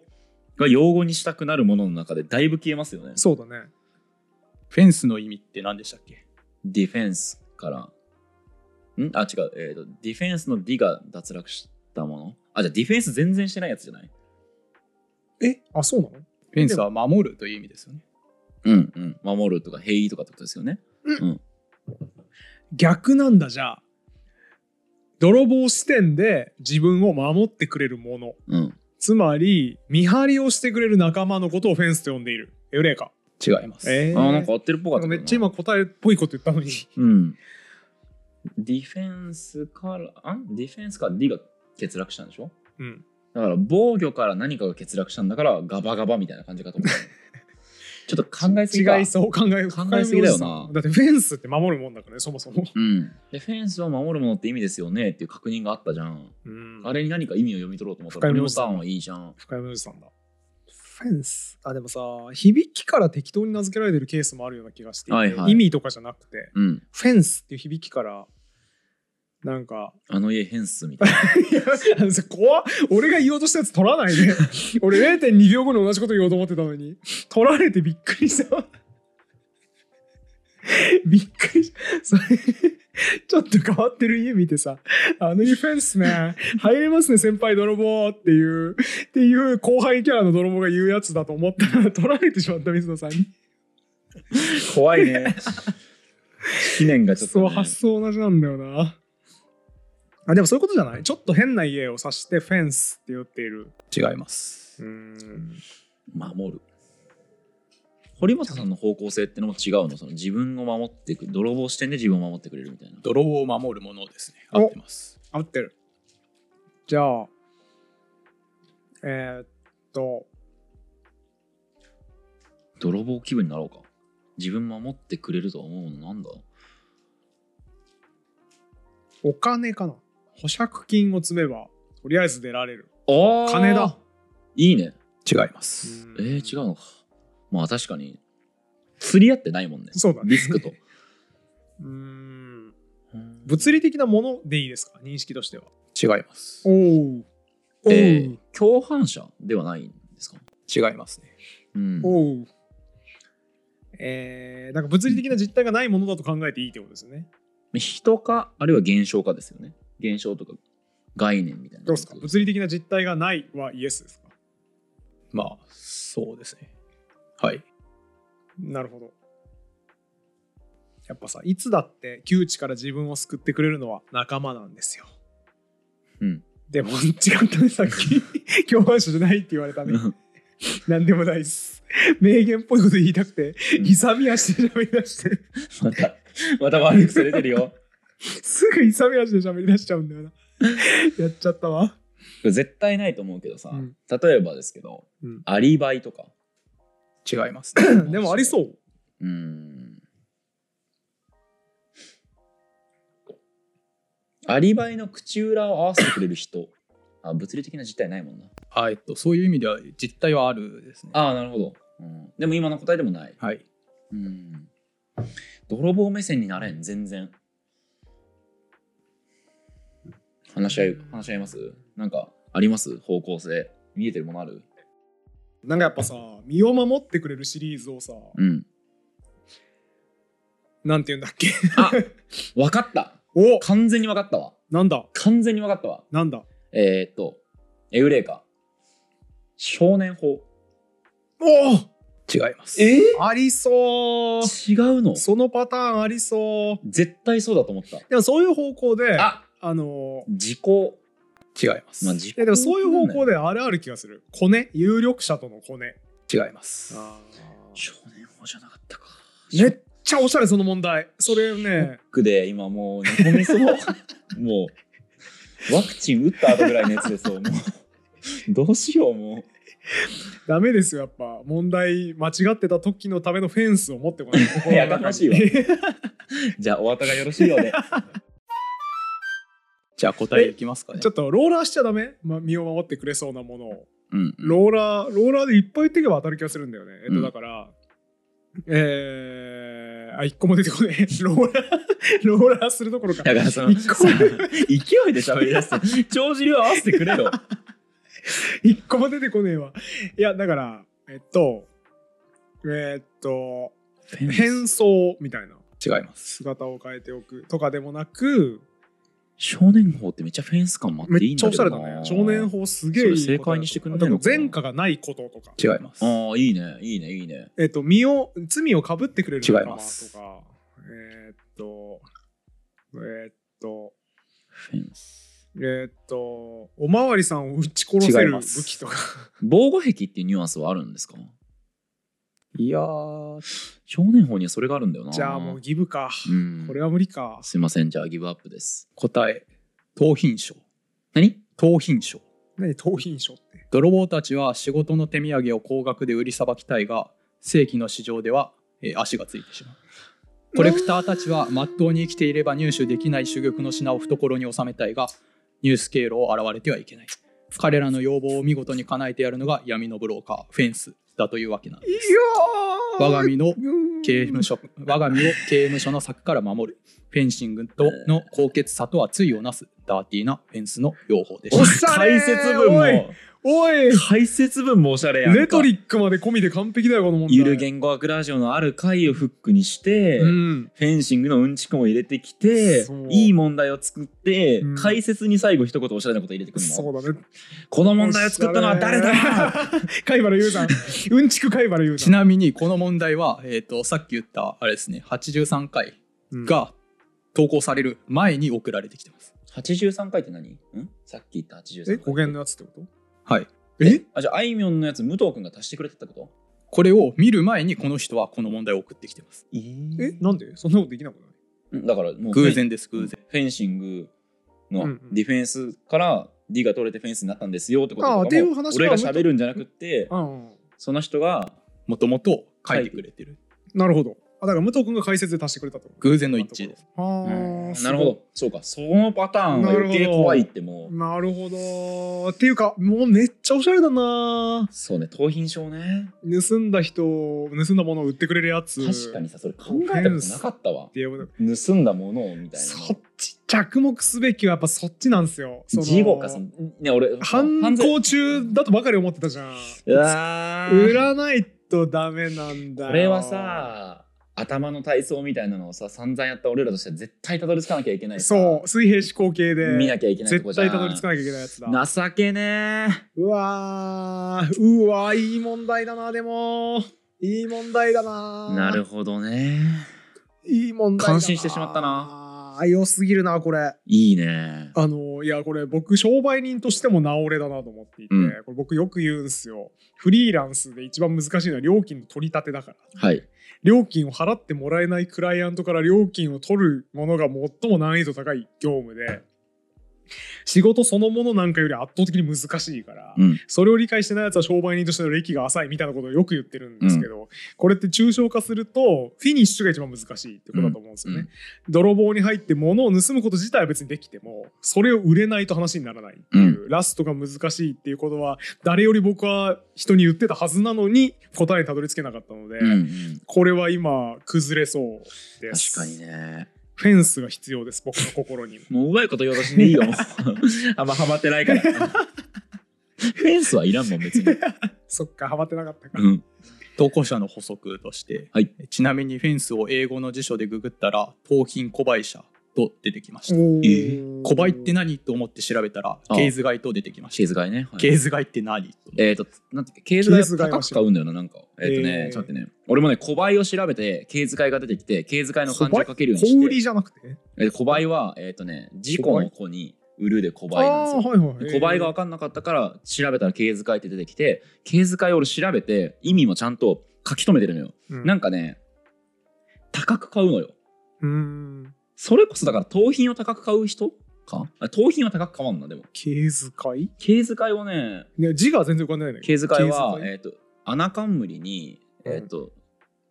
Speaker 1: が用語にしたくなるものの中でだいぶ消えますよね
Speaker 2: そうだね
Speaker 3: フェンスの意味って何でしたっけ
Speaker 1: ディフェンスからんあ違う、えーとディフェンスの「ディ」が脱落したものあじゃあディフェンス全然してないやつじゃない
Speaker 2: えあそうなの
Speaker 3: フェンスは守るという意味ですよね
Speaker 1: うんうん守るとか平易とかってことですよね
Speaker 2: 逆なんだじゃあ泥棒視点で自分を守ってくれるもの
Speaker 1: うん
Speaker 2: つまり見張りをしてくれる仲間のことをフェンスと呼んでいるエウレカ
Speaker 3: 違います、
Speaker 1: あーなんか合ってるっぽかったけど
Speaker 2: めっちゃ今答えっぽいこと言ったのに
Speaker 1: うんディフェンスから、んディフェンスから D が欠落したんでしょ
Speaker 2: うん
Speaker 1: だから防御から何かが欠落したんだからガバガバみたいな感じかと 思った。ちょっと考えすぎか
Speaker 2: 違いそう考え
Speaker 1: 考えすぎだよな
Speaker 2: だってフェンスって守るもんだからねそもそも、
Speaker 1: うん。で、フェンスを守るものって意味ですよねっていう確認があったじゃん。
Speaker 2: うん
Speaker 1: あれに何か意味を読み取ろうと思った
Speaker 2: 深
Speaker 1: ら、こ
Speaker 2: 読み
Speaker 1: れ
Speaker 2: を
Speaker 1: も
Speaker 2: した
Speaker 1: ターンはいいじゃん。
Speaker 2: 深山おじさんだフェンスあでもさ響きから適当に名付けられてるケースもあるような気がしていて、
Speaker 1: はいはい
Speaker 2: 意味とかじゃなくて
Speaker 1: うん。
Speaker 2: フェンスっていう響きからなんか
Speaker 1: あの家フェンスみたいな。
Speaker 2: いや怖っ俺が言おうとしたやつ取らないで俺0.2秒後に同じこと言おうと思ってたのに取られてびっくりしたびっくりしたそれちょっと変わってる家見てさあの家フェンスね入れますね先輩泥棒っていうっていう後輩キャラの泥棒が言うやつだと思ったら取られてしまった水野さんに
Speaker 1: 怖いね。 思念がちょっと、
Speaker 2: そう
Speaker 1: ね。
Speaker 2: 発想同じなんだよなあでもそういうことじゃないちょっと変な家を指してフェンスって言っている
Speaker 3: 違います
Speaker 2: うーん
Speaker 1: 守る堀本さんの方向性ってのも違うのその自分を守っていく泥棒視点で自分を守ってくれるみたいな
Speaker 3: 泥棒を守るものですね
Speaker 2: お
Speaker 3: 合ってます
Speaker 2: 合ってるじゃあえーっと
Speaker 1: 泥棒気分になろうか自分守ってくれると思うのなんだ
Speaker 2: お金かな保釈金を積めばとりあえず出られる
Speaker 1: あ
Speaker 2: 金だ
Speaker 1: いいね
Speaker 3: 違います
Speaker 1: えー、違
Speaker 2: う
Speaker 1: うのかまあ確かに釣り合ってないもんね
Speaker 2: そうだね
Speaker 1: リス クと
Speaker 2: うーん
Speaker 1: 物
Speaker 2: 物理的なものでいいですか認識としては
Speaker 3: 違います
Speaker 2: おおおお、
Speaker 1: えー共犯者ではないんですか
Speaker 3: 違いますね
Speaker 1: うん
Speaker 2: おうえー、なんか物理的な実体がないものだと考えていいってことですよね。
Speaker 1: 人かあるいは現象かですよね現象とか概念みたいな
Speaker 2: どうですか物理的な実体がないはイエスですか
Speaker 3: まあそうですねはい
Speaker 2: なるほど。やっぱさ、いつだって窮地から自分を救ってくれるのは仲間なんですよ。
Speaker 1: うん。
Speaker 2: でも、違ったね、さっ き。共犯者じゃないって言われたね。なんでもないです。名言っぽいこと言いたくて、
Speaker 1: うん
Speaker 2: 勇み足で喋り出して、
Speaker 1: またまた悪くされてるよ
Speaker 2: すぐ勇み足で喋り出しちゃうんだよな。やっちゃったわ。
Speaker 1: これ絶対ないと思うけどさ、
Speaker 2: うん
Speaker 1: 例えばですけど、
Speaker 2: うん
Speaker 1: アリバイとか
Speaker 3: 違いますね
Speaker 2: でもありそう。
Speaker 1: うーんアリバイの口裏を合わせてくれる人 あ物理的な実態ないもんな
Speaker 3: あえっとそういう意味では実態はあるですね
Speaker 1: ああなるほど、うん、でも今の答えでもない
Speaker 3: はい
Speaker 1: うん泥棒目線になれん全然話し合い話し合いますなんかあります方向性見えてるものある
Speaker 2: なんかやっぱさ身を守ってくれるシリーズをさ、
Speaker 1: うん
Speaker 2: なんて言うんだっけ
Speaker 1: あ分かった
Speaker 2: お
Speaker 1: 完全に分かったわ
Speaker 2: なんだ
Speaker 1: 完全に分かったわ
Speaker 2: なんだ
Speaker 1: えー、っとエウレカ少年法
Speaker 2: おお
Speaker 3: 違います
Speaker 2: ありそう
Speaker 1: 違うの
Speaker 2: そのパターンありそう
Speaker 1: 絶対そうだと思った
Speaker 2: でもそういう方向であ
Speaker 1: あ
Speaker 2: の
Speaker 1: 時効
Speaker 3: 違います、
Speaker 1: まあ時
Speaker 2: い
Speaker 1: 効
Speaker 2: やでもそういう方向
Speaker 1: で
Speaker 2: であれある気がするコネ有力者とのコネ
Speaker 3: 違います
Speaker 1: 少年法じゃなかったか
Speaker 2: めっちゃおしゃれその問題それね
Speaker 1: 僕で今もう煮込み そうもうワクチン打った後ぐらいのやつですよもうどうしようも
Speaker 2: ダメですよやっぱ問題間違ってた時のためのフェンスを持ってこない と
Speaker 1: いや楽しいわうじゃあお後がよろしいようで
Speaker 3: じゃあ答えいきますかね
Speaker 2: ちょっとローラーしちゃダメ、ま、身を守ってくれ そうなものを
Speaker 1: うん
Speaker 2: ローラー、ローラーでいっぱい言っていけば当たる気がするんだよね。えっ
Speaker 1: う
Speaker 2: と、
Speaker 1: ん
Speaker 2: だから、えー、あ、一個も出てこねえ。ローラー、ローラーするどころか。
Speaker 1: だからそ の
Speaker 2: 一個も
Speaker 1: さ勢いで喋り出す帳尻を合わせてくれよ
Speaker 2: 一個も出てこねえわ。いや、だから、えっと、えーっと、変装みたいな
Speaker 3: 違います
Speaker 2: 姿を変えておくとかでもなく、
Speaker 1: 少年法ってめっちゃフェンス感もあっ
Speaker 2: め
Speaker 1: ていい
Speaker 2: っ
Speaker 1: ん
Speaker 2: ち
Speaker 1: だ
Speaker 2: ゃお
Speaker 1: け
Speaker 2: しゃ
Speaker 1: ど
Speaker 2: れ
Speaker 1: な
Speaker 2: だね。少年法すげえいいことだよ
Speaker 1: それ正解にしてくんねえ
Speaker 2: あ
Speaker 1: の
Speaker 2: と
Speaker 1: かな
Speaker 2: 前科がないこととか。
Speaker 3: 違います
Speaker 1: ああいいねいいねいいね
Speaker 2: えっと、身を、罪をかぶってくれる
Speaker 3: 違い
Speaker 2: 仲間
Speaker 3: ま
Speaker 2: と
Speaker 3: す
Speaker 2: か、えーっと、えーっと、
Speaker 1: フェンス
Speaker 2: えーっと、おまわりさんを撃ち殺せ
Speaker 3: 違い
Speaker 2: る
Speaker 3: ま
Speaker 2: 武
Speaker 3: す
Speaker 2: 器とか、
Speaker 1: 防護壁っていうニュアンスはあるんですかいやー少年法にはそれがあるんだよな
Speaker 2: じゃあもうギブか、
Speaker 1: うん
Speaker 2: これは無理か
Speaker 1: すいませんじゃあギブアップです
Speaker 3: 答え盗品賞
Speaker 1: 何
Speaker 3: 盗品賞
Speaker 2: 何盗品賞って
Speaker 3: 泥棒たちは仕事の手土産を高額で売りさばきたいが正規の市場では、えー足がついてしまうコレクターたちはまっとうに生きていれば入手できない珠玉の品を懐に収めたいが入手経路を現れてはいけない彼らの要望を見事に叶えてやるのが闇のブローカーフェンスだというわけなん
Speaker 2: い
Speaker 3: です
Speaker 2: や
Speaker 3: 我が身の刑
Speaker 2: 刑
Speaker 3: 務所我が身を刑務所の柵から守るフェンシングとの高潔さとは対をなすダーティーなフェンスの用法でし
Speaker 2: お
Speaker 3: た
Speaker 2: っしゃれー
Speaker 1: 解説文も
Speaker 2: おい
Speaker 1: 解説文もおしゃれやんか
Speaker 2: レトリックまで込みで完璧だよこの問題
Speaker 1: ゆる言語学ラジオのある回をフックにして、
Speaker 2: うん
Speaker 1: フェンシングのうんちくも入れてきて
Speaker 2: そう
Speaker 1: いい問題を作って、
Speaker 2: うん
Speaker 1: 解説に最後一言おしゃれなこと入れてくるの
Speaker 2: そうだね
Speaker 1: この問題を作ったのは誰だ
Speaker 2: おっしゃれー 貝原優さ んうんちく貝原優
Speaker 3: ち
Speaker 2: さん
Speaker 3: なみにこの問題は、えー、とさっき言ったあれですね83回
Speaker 2: うん
Speaker 3: が投稿される前に送られてきてます、
Speaker 1: 83回って何んさっき言った83回
Speaker 2: え語源のやつってこと
Speaker 3: はい、
Speaker 2: え
Speaker 1: あじゃああいみょんのやつ武藤君が足してくれてたこと
Speaker 3: これを見る前にこの人はこの問題を送ってきてます
Speaker 1: え
Speaker 2: えなんでそんなことできなくない
Speaker 1: うんだからもう
Speaker 3: 偶然です
Speaker 1: フェン
Speaker 3: 偶然
Speaker 1: フェンシング
Speaker 2: うんう
Speaker 1: の
Speaker 2: ん
Speaker 1: ディフェンスから D が取れてフェンスになったんですよってこと
Speaker 2: ああ
Speaker 1: と
Speaker 2: っ
Speaker 1: か
Speaker 2: ていう
Speaker 1: も
Speaker 2: 話は
Speaker 1: 俺が喋るんじゃなくって
Speaker 2: うん
Speaker 1: その人が
Speaker 3: もともと書いてくれてる
Speaker 2: なるほどあだから武藤君が解説で足してくれたってこと
Speaker 3: 偶然の一致です
Speaker 2: あ
Speaker 1: うん
Speaker 2: ー
Speaker 1: なるほどそうかそのパターンは余計
Speaker 2: なるほど
Speaker 1: 怖いってもう
Speaker 2: なるほど。っていうか、もうめっちゃおしゃれだな。
Speaker 1: そうね盗品証ね
Speaker 2: 盗んだ人、盗んだものを売ってくれるやつ。
Speaker 1: 確かにさそれ考えたことなかったわ
Speaker 2: いや。でも
Speaker 1: 盗んだものをみたい
Speaker 2: そっち、着目すべきはやっぱそっちなんですよ。そ
Speaker 1: な
Speaker 2: の
Speaker 1: 事後かそのね俺
Speaker 2: 犯
Speaker 1: 罪
Speaker 2: 行中だとばかり思ってたじゃん。
Speaker 1: うわー
Speaker 2: 売らないとダメなんだよ。
Speaker 1: これは、さ頭の体操みたいなのをさ散々やった俺らとしては絶対たどり着かなきゃいけないさ
Speaker 2: そう、水平思考系で。
Speaker 1: 見なきゃいけないとこ
Speaker 2: 絶
Speaker 1: じゃん
Speaker 2: 対たどり着かなきゃいけないやつだ。
Speaker 1: 情けねえ
Speaker 2: うわー、うわー、いい問題だな、でも。いい問題だな。
Speaker 1: なるほどね
Speaker 2: いい問題だな
Speaker 1: 感心してしまった
Speaker 2: なあ良すぎるなこれ
Speaker 1: いいね
Speaker 2: あのいやこれ僕商売人としても直れだなと思っていて、
Speaker 1: うん
Speaker 2: これ僕よく言うんすよフリーランスで一番難しいのは料金の取り立てだから
Speaker 1: はい
Speaker 2: 料金を払ってもらえないクライアントから料金を取るものが最も難易度高い業務で仕事そのものなんかより圧倒的に難しいから、
Speaker 1: うん
Speaker 2: それを理解してないやつは商売人としての歴が浅いみたいなことをよく言ってるんですけど、これって抽象化するとフィニッシュが一番難しいってことだと思うんですよ
Speaker 1: う
Speaker 2: ね、
Speaker 1: ん
Speaker 2: 泥棒に入って物を盗むこと自体は別にできてもそれを売れないと話にならないっていう、ラストが難しいっていうことは誰より僕は人に言ってたはずなのに答えにたどり着けなかったので、
Speaker 1: うんうん
Speaker 2: これは今崩れそうです
Speaker 1: 確かにね
Speaker 2: フェンスが必要です僕の心に
Speaker 1: もううまいこと言おうとしていい よあんまハマって ないからフェンスはいらんもん別 に、
Speaker 2: そっかハマってなかったか、
Speaker 1: うん、
Speaker 3: 投稿者の補足として、
Speaker 1: はい
Speaker 3: ちなみにフェンスを英語の辞書でググったら盗品小売者と出てきました
Speaker 2: おー
Speaker 1: え
Speaker 3: 小売って何と思って調べたら
Speaker 1: あ
Speaker 3: ケーズ買いと出てきました
Speaker 1: シーズ買いね、はい
Speaker 3: ケーズ買いって何と思って
Speaker 1: えー、と、なんていうかケー
Speaker 2: ケー
Speaker 1: ズ
Speaker 2: ズ
Speaker 1: が
Speaker 2: 買い
Speaker 1: 高
Speaker 2: ま
Speaker 1: く
Speaker 2: し
Speaker 1: 買
Speaker 2: た
Speaker 1: うんだよな、なんか。えっ、とね、
Speaker 2: えー
Speaker 1: ちょっと待ってね。俺もね、小売を調べて、ケーズ買いが出てきて、ケーズ買いの漢字を書けるように
Speaker 2: 小売り
Speaker 1: して、
Speaker 2: じゃなくて
Speaker 1: えー小売は、えっ、とね、事故の子に売るで小
Speaker 2: あ
Speaker 1: 売なんですよ。
Speaker 2: はいはい
Speaker 1: で小売が分かんなかったから、調べたらケーズ買いって出てきて、ケーズ買いを俺調べて、意味もちゃんと書き留めてるのよ。
Speaker 2: うん
Speaker 1: なんかね、高く買うのよ。
Speaker 2: うーん
Speaker 1: それこそだから、盗品を高く買う人かあ盗品は高く買わんな、でも。
Speaker 2: ケーズ買い
Speaker 1: ケーズ買いをね、
Speaker 2: ね字が全然浮かんでないね
Speaker 1: 毛遣いは
Speaker 2: 毛、遣
Speaker 1: えっ、と、穴冠に、
Speaker 2: うん
Speaker 1: えっ、と、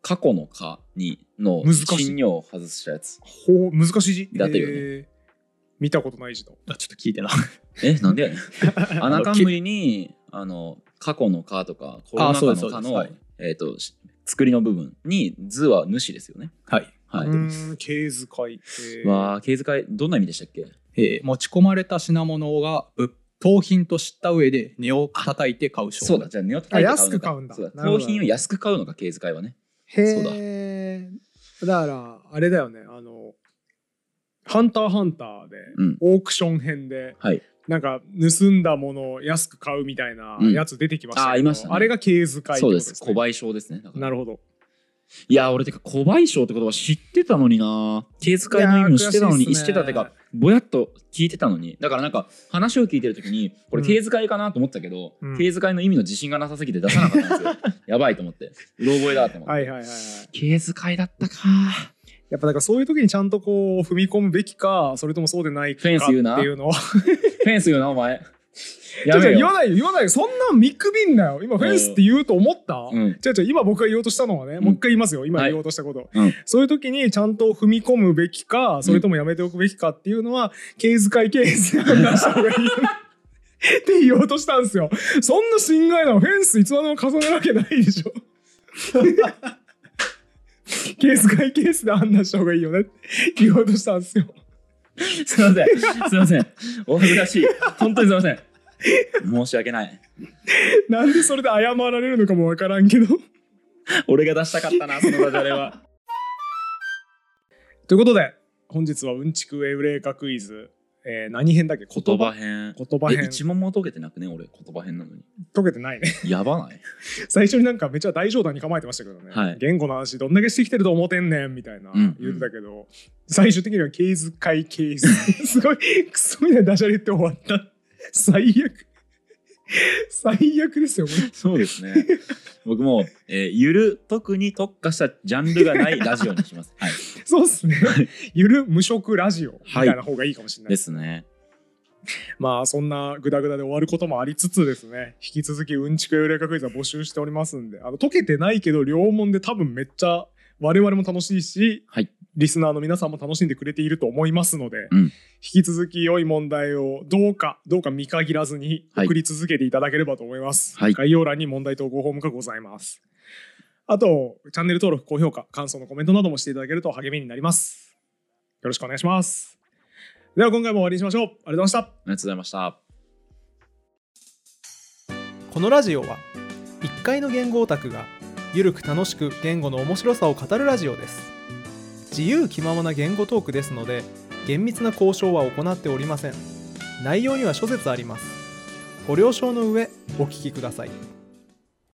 Speaker 1: 過去の蚊に、の、
Speaker 2: 難しい
Speaker 1: 信用を外したやつ。
Speaker 2: ほう難しい字
Speaker 1: だってよね
Speaker 2: えー見たことない字だ
Speaker 3: あちょっと聞いてな
Speaker 1: え、なんでやねん。穴冠に、あの、過去の蚊とか、コロナ禍
Speaker 3: そうです
Speaker 1: の
Speaker 3: そ
Speaker 1: 蚊
Speaker 3: うです
Speaker 1: の、
Speaker 3: はい
Speaker 1: えっ、と、し作りの部分に、図は主ですよね。
Speaker 3: はい
Speaker 1: は
Speaker 2: う
Speaker 1: い。
Speaker 2: ーんケーズ買いえー
Speaker 1: わあ、毛遣い、どんな意味でしたっけ
Speaker 3: えー持ち込まれた品物が物盗品と知った上で値を叩いて買う商
Speaker 1: そうだ、
Speaker 3: 品
Speaker 1: じゃあ、ネオタイ
Speaker 2: あ安く買うんだ
Speaker 1: そうだ
Speaker 2: なるほ
Speaker 1: 盗
Speaker 2: ど
Speaker 1: 品を安く買うのが毛遣いはね。
Speaker 2: へえだからあれだよねあの「ハンターハンター」で
Speaker 1: うん
Speaker 2: オークション編で、
Speaker 1: はい
Speaker 2: なんか盗んだものを安く買うみたいなやつ出てきましたけど、
Speaker 1: うんあーいましたね
Speaker 2: れが経遣いってこ
Speaker 1: そ
Speaker 2: と
Speaker 1: う
Speaker 2: で、
Speaker 1: ですす。
Speaker 2: ね、
Speaker 1: 小賠償ですね。だから
Speaker 2: なるほど
Speaker 1: いや、俺てか、小賠償って言葉知ってたのにな。手遣いの意味を知ってたの
Speaker 2: いやー悔しいっす
Speaker 1: に、
Speaker 2: ね
Speaker 1: 知ってたってか、ぼやっと聞いてたのに。だからなんか、話を聞いてるときに、これ
Speaker 2: うん
Speaker 1: 手遣いかなと思ったけど、
Speaker 2: うん
Speaker 1: 手遣いの意味の自信がなさすぎて出さなかったん ですよ。やばいと思って。うろ覚えだって思って。
Speaker 2: はいはいはい、は
Speaker 1: 手
Speaker 2: い。
Speaker 1: 遣いだったか。
Speaker 2: やっぱだからそういう時にちゃんとこう踏み込むべきか、それともそうでないかって
Speaker 1: フェンス言うな
Speaker 2: いうのは。
Speaker 1: フェンス言うな、お前。
Speaker 2: ち
Speaker 1: や
Speaker 2: ょ ちょ
Speaker 1: め
Speaker 2: 言
Speaker 1: よ
Speaker 2: わ。ないよ言わないよそんなん見くびんなよ今フェンスって言うと思った、
Speaker 1: うん。
Speaker 2: じゃあじゃ今僕が言おうとしたのはね、
Speaker 1: ん
Speaker 2: もう一回言いますよ今
Speaker 1: はい
Speaker 2: 言おうとしたこと、
Speaker 1: うん
Speaker 2: そういう時にちゃんと踏み込むべきかそれともやめておくべきかっていうのは、経済遣い経済を出した方が いいよって言おうとしたんですよそんな心外なのフェンスいつまでも重ねるわけないでし ょケースいケースで判断した方がいいよねって言おうとしたんですよ。
Speaker 1: すいません。すいません。お恥ずかしい。本当にすいません。申し訳ない。
Speaker 2: なんでそれで謝られるのかもわからんけど。
Speaker 1: 俺が出したかったな、そのダジャレは。
Speaker 2: ということで本日はうんちくエウレカクイズ、えー何編だっけ
Speaker 1: 言葉編。
Speaker 2: 言葉
Speaker 1: え
Speaker 2: 編
Speaker 1: 一問も解けてなくね、俺、言葉編なのに。
Speaker 2: 解けてないね
Speaker 1: やばない。
Speaker 2: 最初になんかめっちゃ大冗談に構えてましたけどね、
Speaker 1: はい
Speaker 2: 言語の話どんだけしてきてると思ってんねんみたいな
Speaker 1: うん
Speaker 2: 言ってたけど、最終的にはケース会ケ ースすごいクソみたいなダジャレって終わった最悪最悪ですよこれ
Speaker 1: そうですね。 僕も、えーゆる、特に特化したジャンルがないラジオにします。はい。
Speaker 2: そうっすねゆる無職ラジオみたいな方がいいかもしれない
Speaker 1: ですね。
Speaker 2: まあそんなグダグダで終わることもありつつですね引き続きうんちく幽霊クイズは募集しておりますんであの解けてないけど両門で多分めっちゃ我々も楽しいし、
Speaker 1: はい
Speaker 2: リスナーの皆さんも楽しんでくれていると思いますので、
Speaker 1: うん
Speaker 2: 引き続き良い問題をどうかどうか見限らずに
Speaker 1: はい
Speaker 2: 送り続けていただければと思います、
Speaker 1: はい
Speaker 2: 概要欄に問題投稿フォームがございますあとチャンネル登録高評価感想のコメントなどもしていただけると励みになりますよろしくお願いしますでは今回も終わりにしましょうありがとうございました
Speaker 1: ありがとうございました。
Speaker 4: このラジオは1階の言語オタクがゆるく楽しく言語の面白さを語るラジオです自由気ままな言語トークですので厳密な交渉は行っておりません内容には諸説ありますご了承の上お聞きください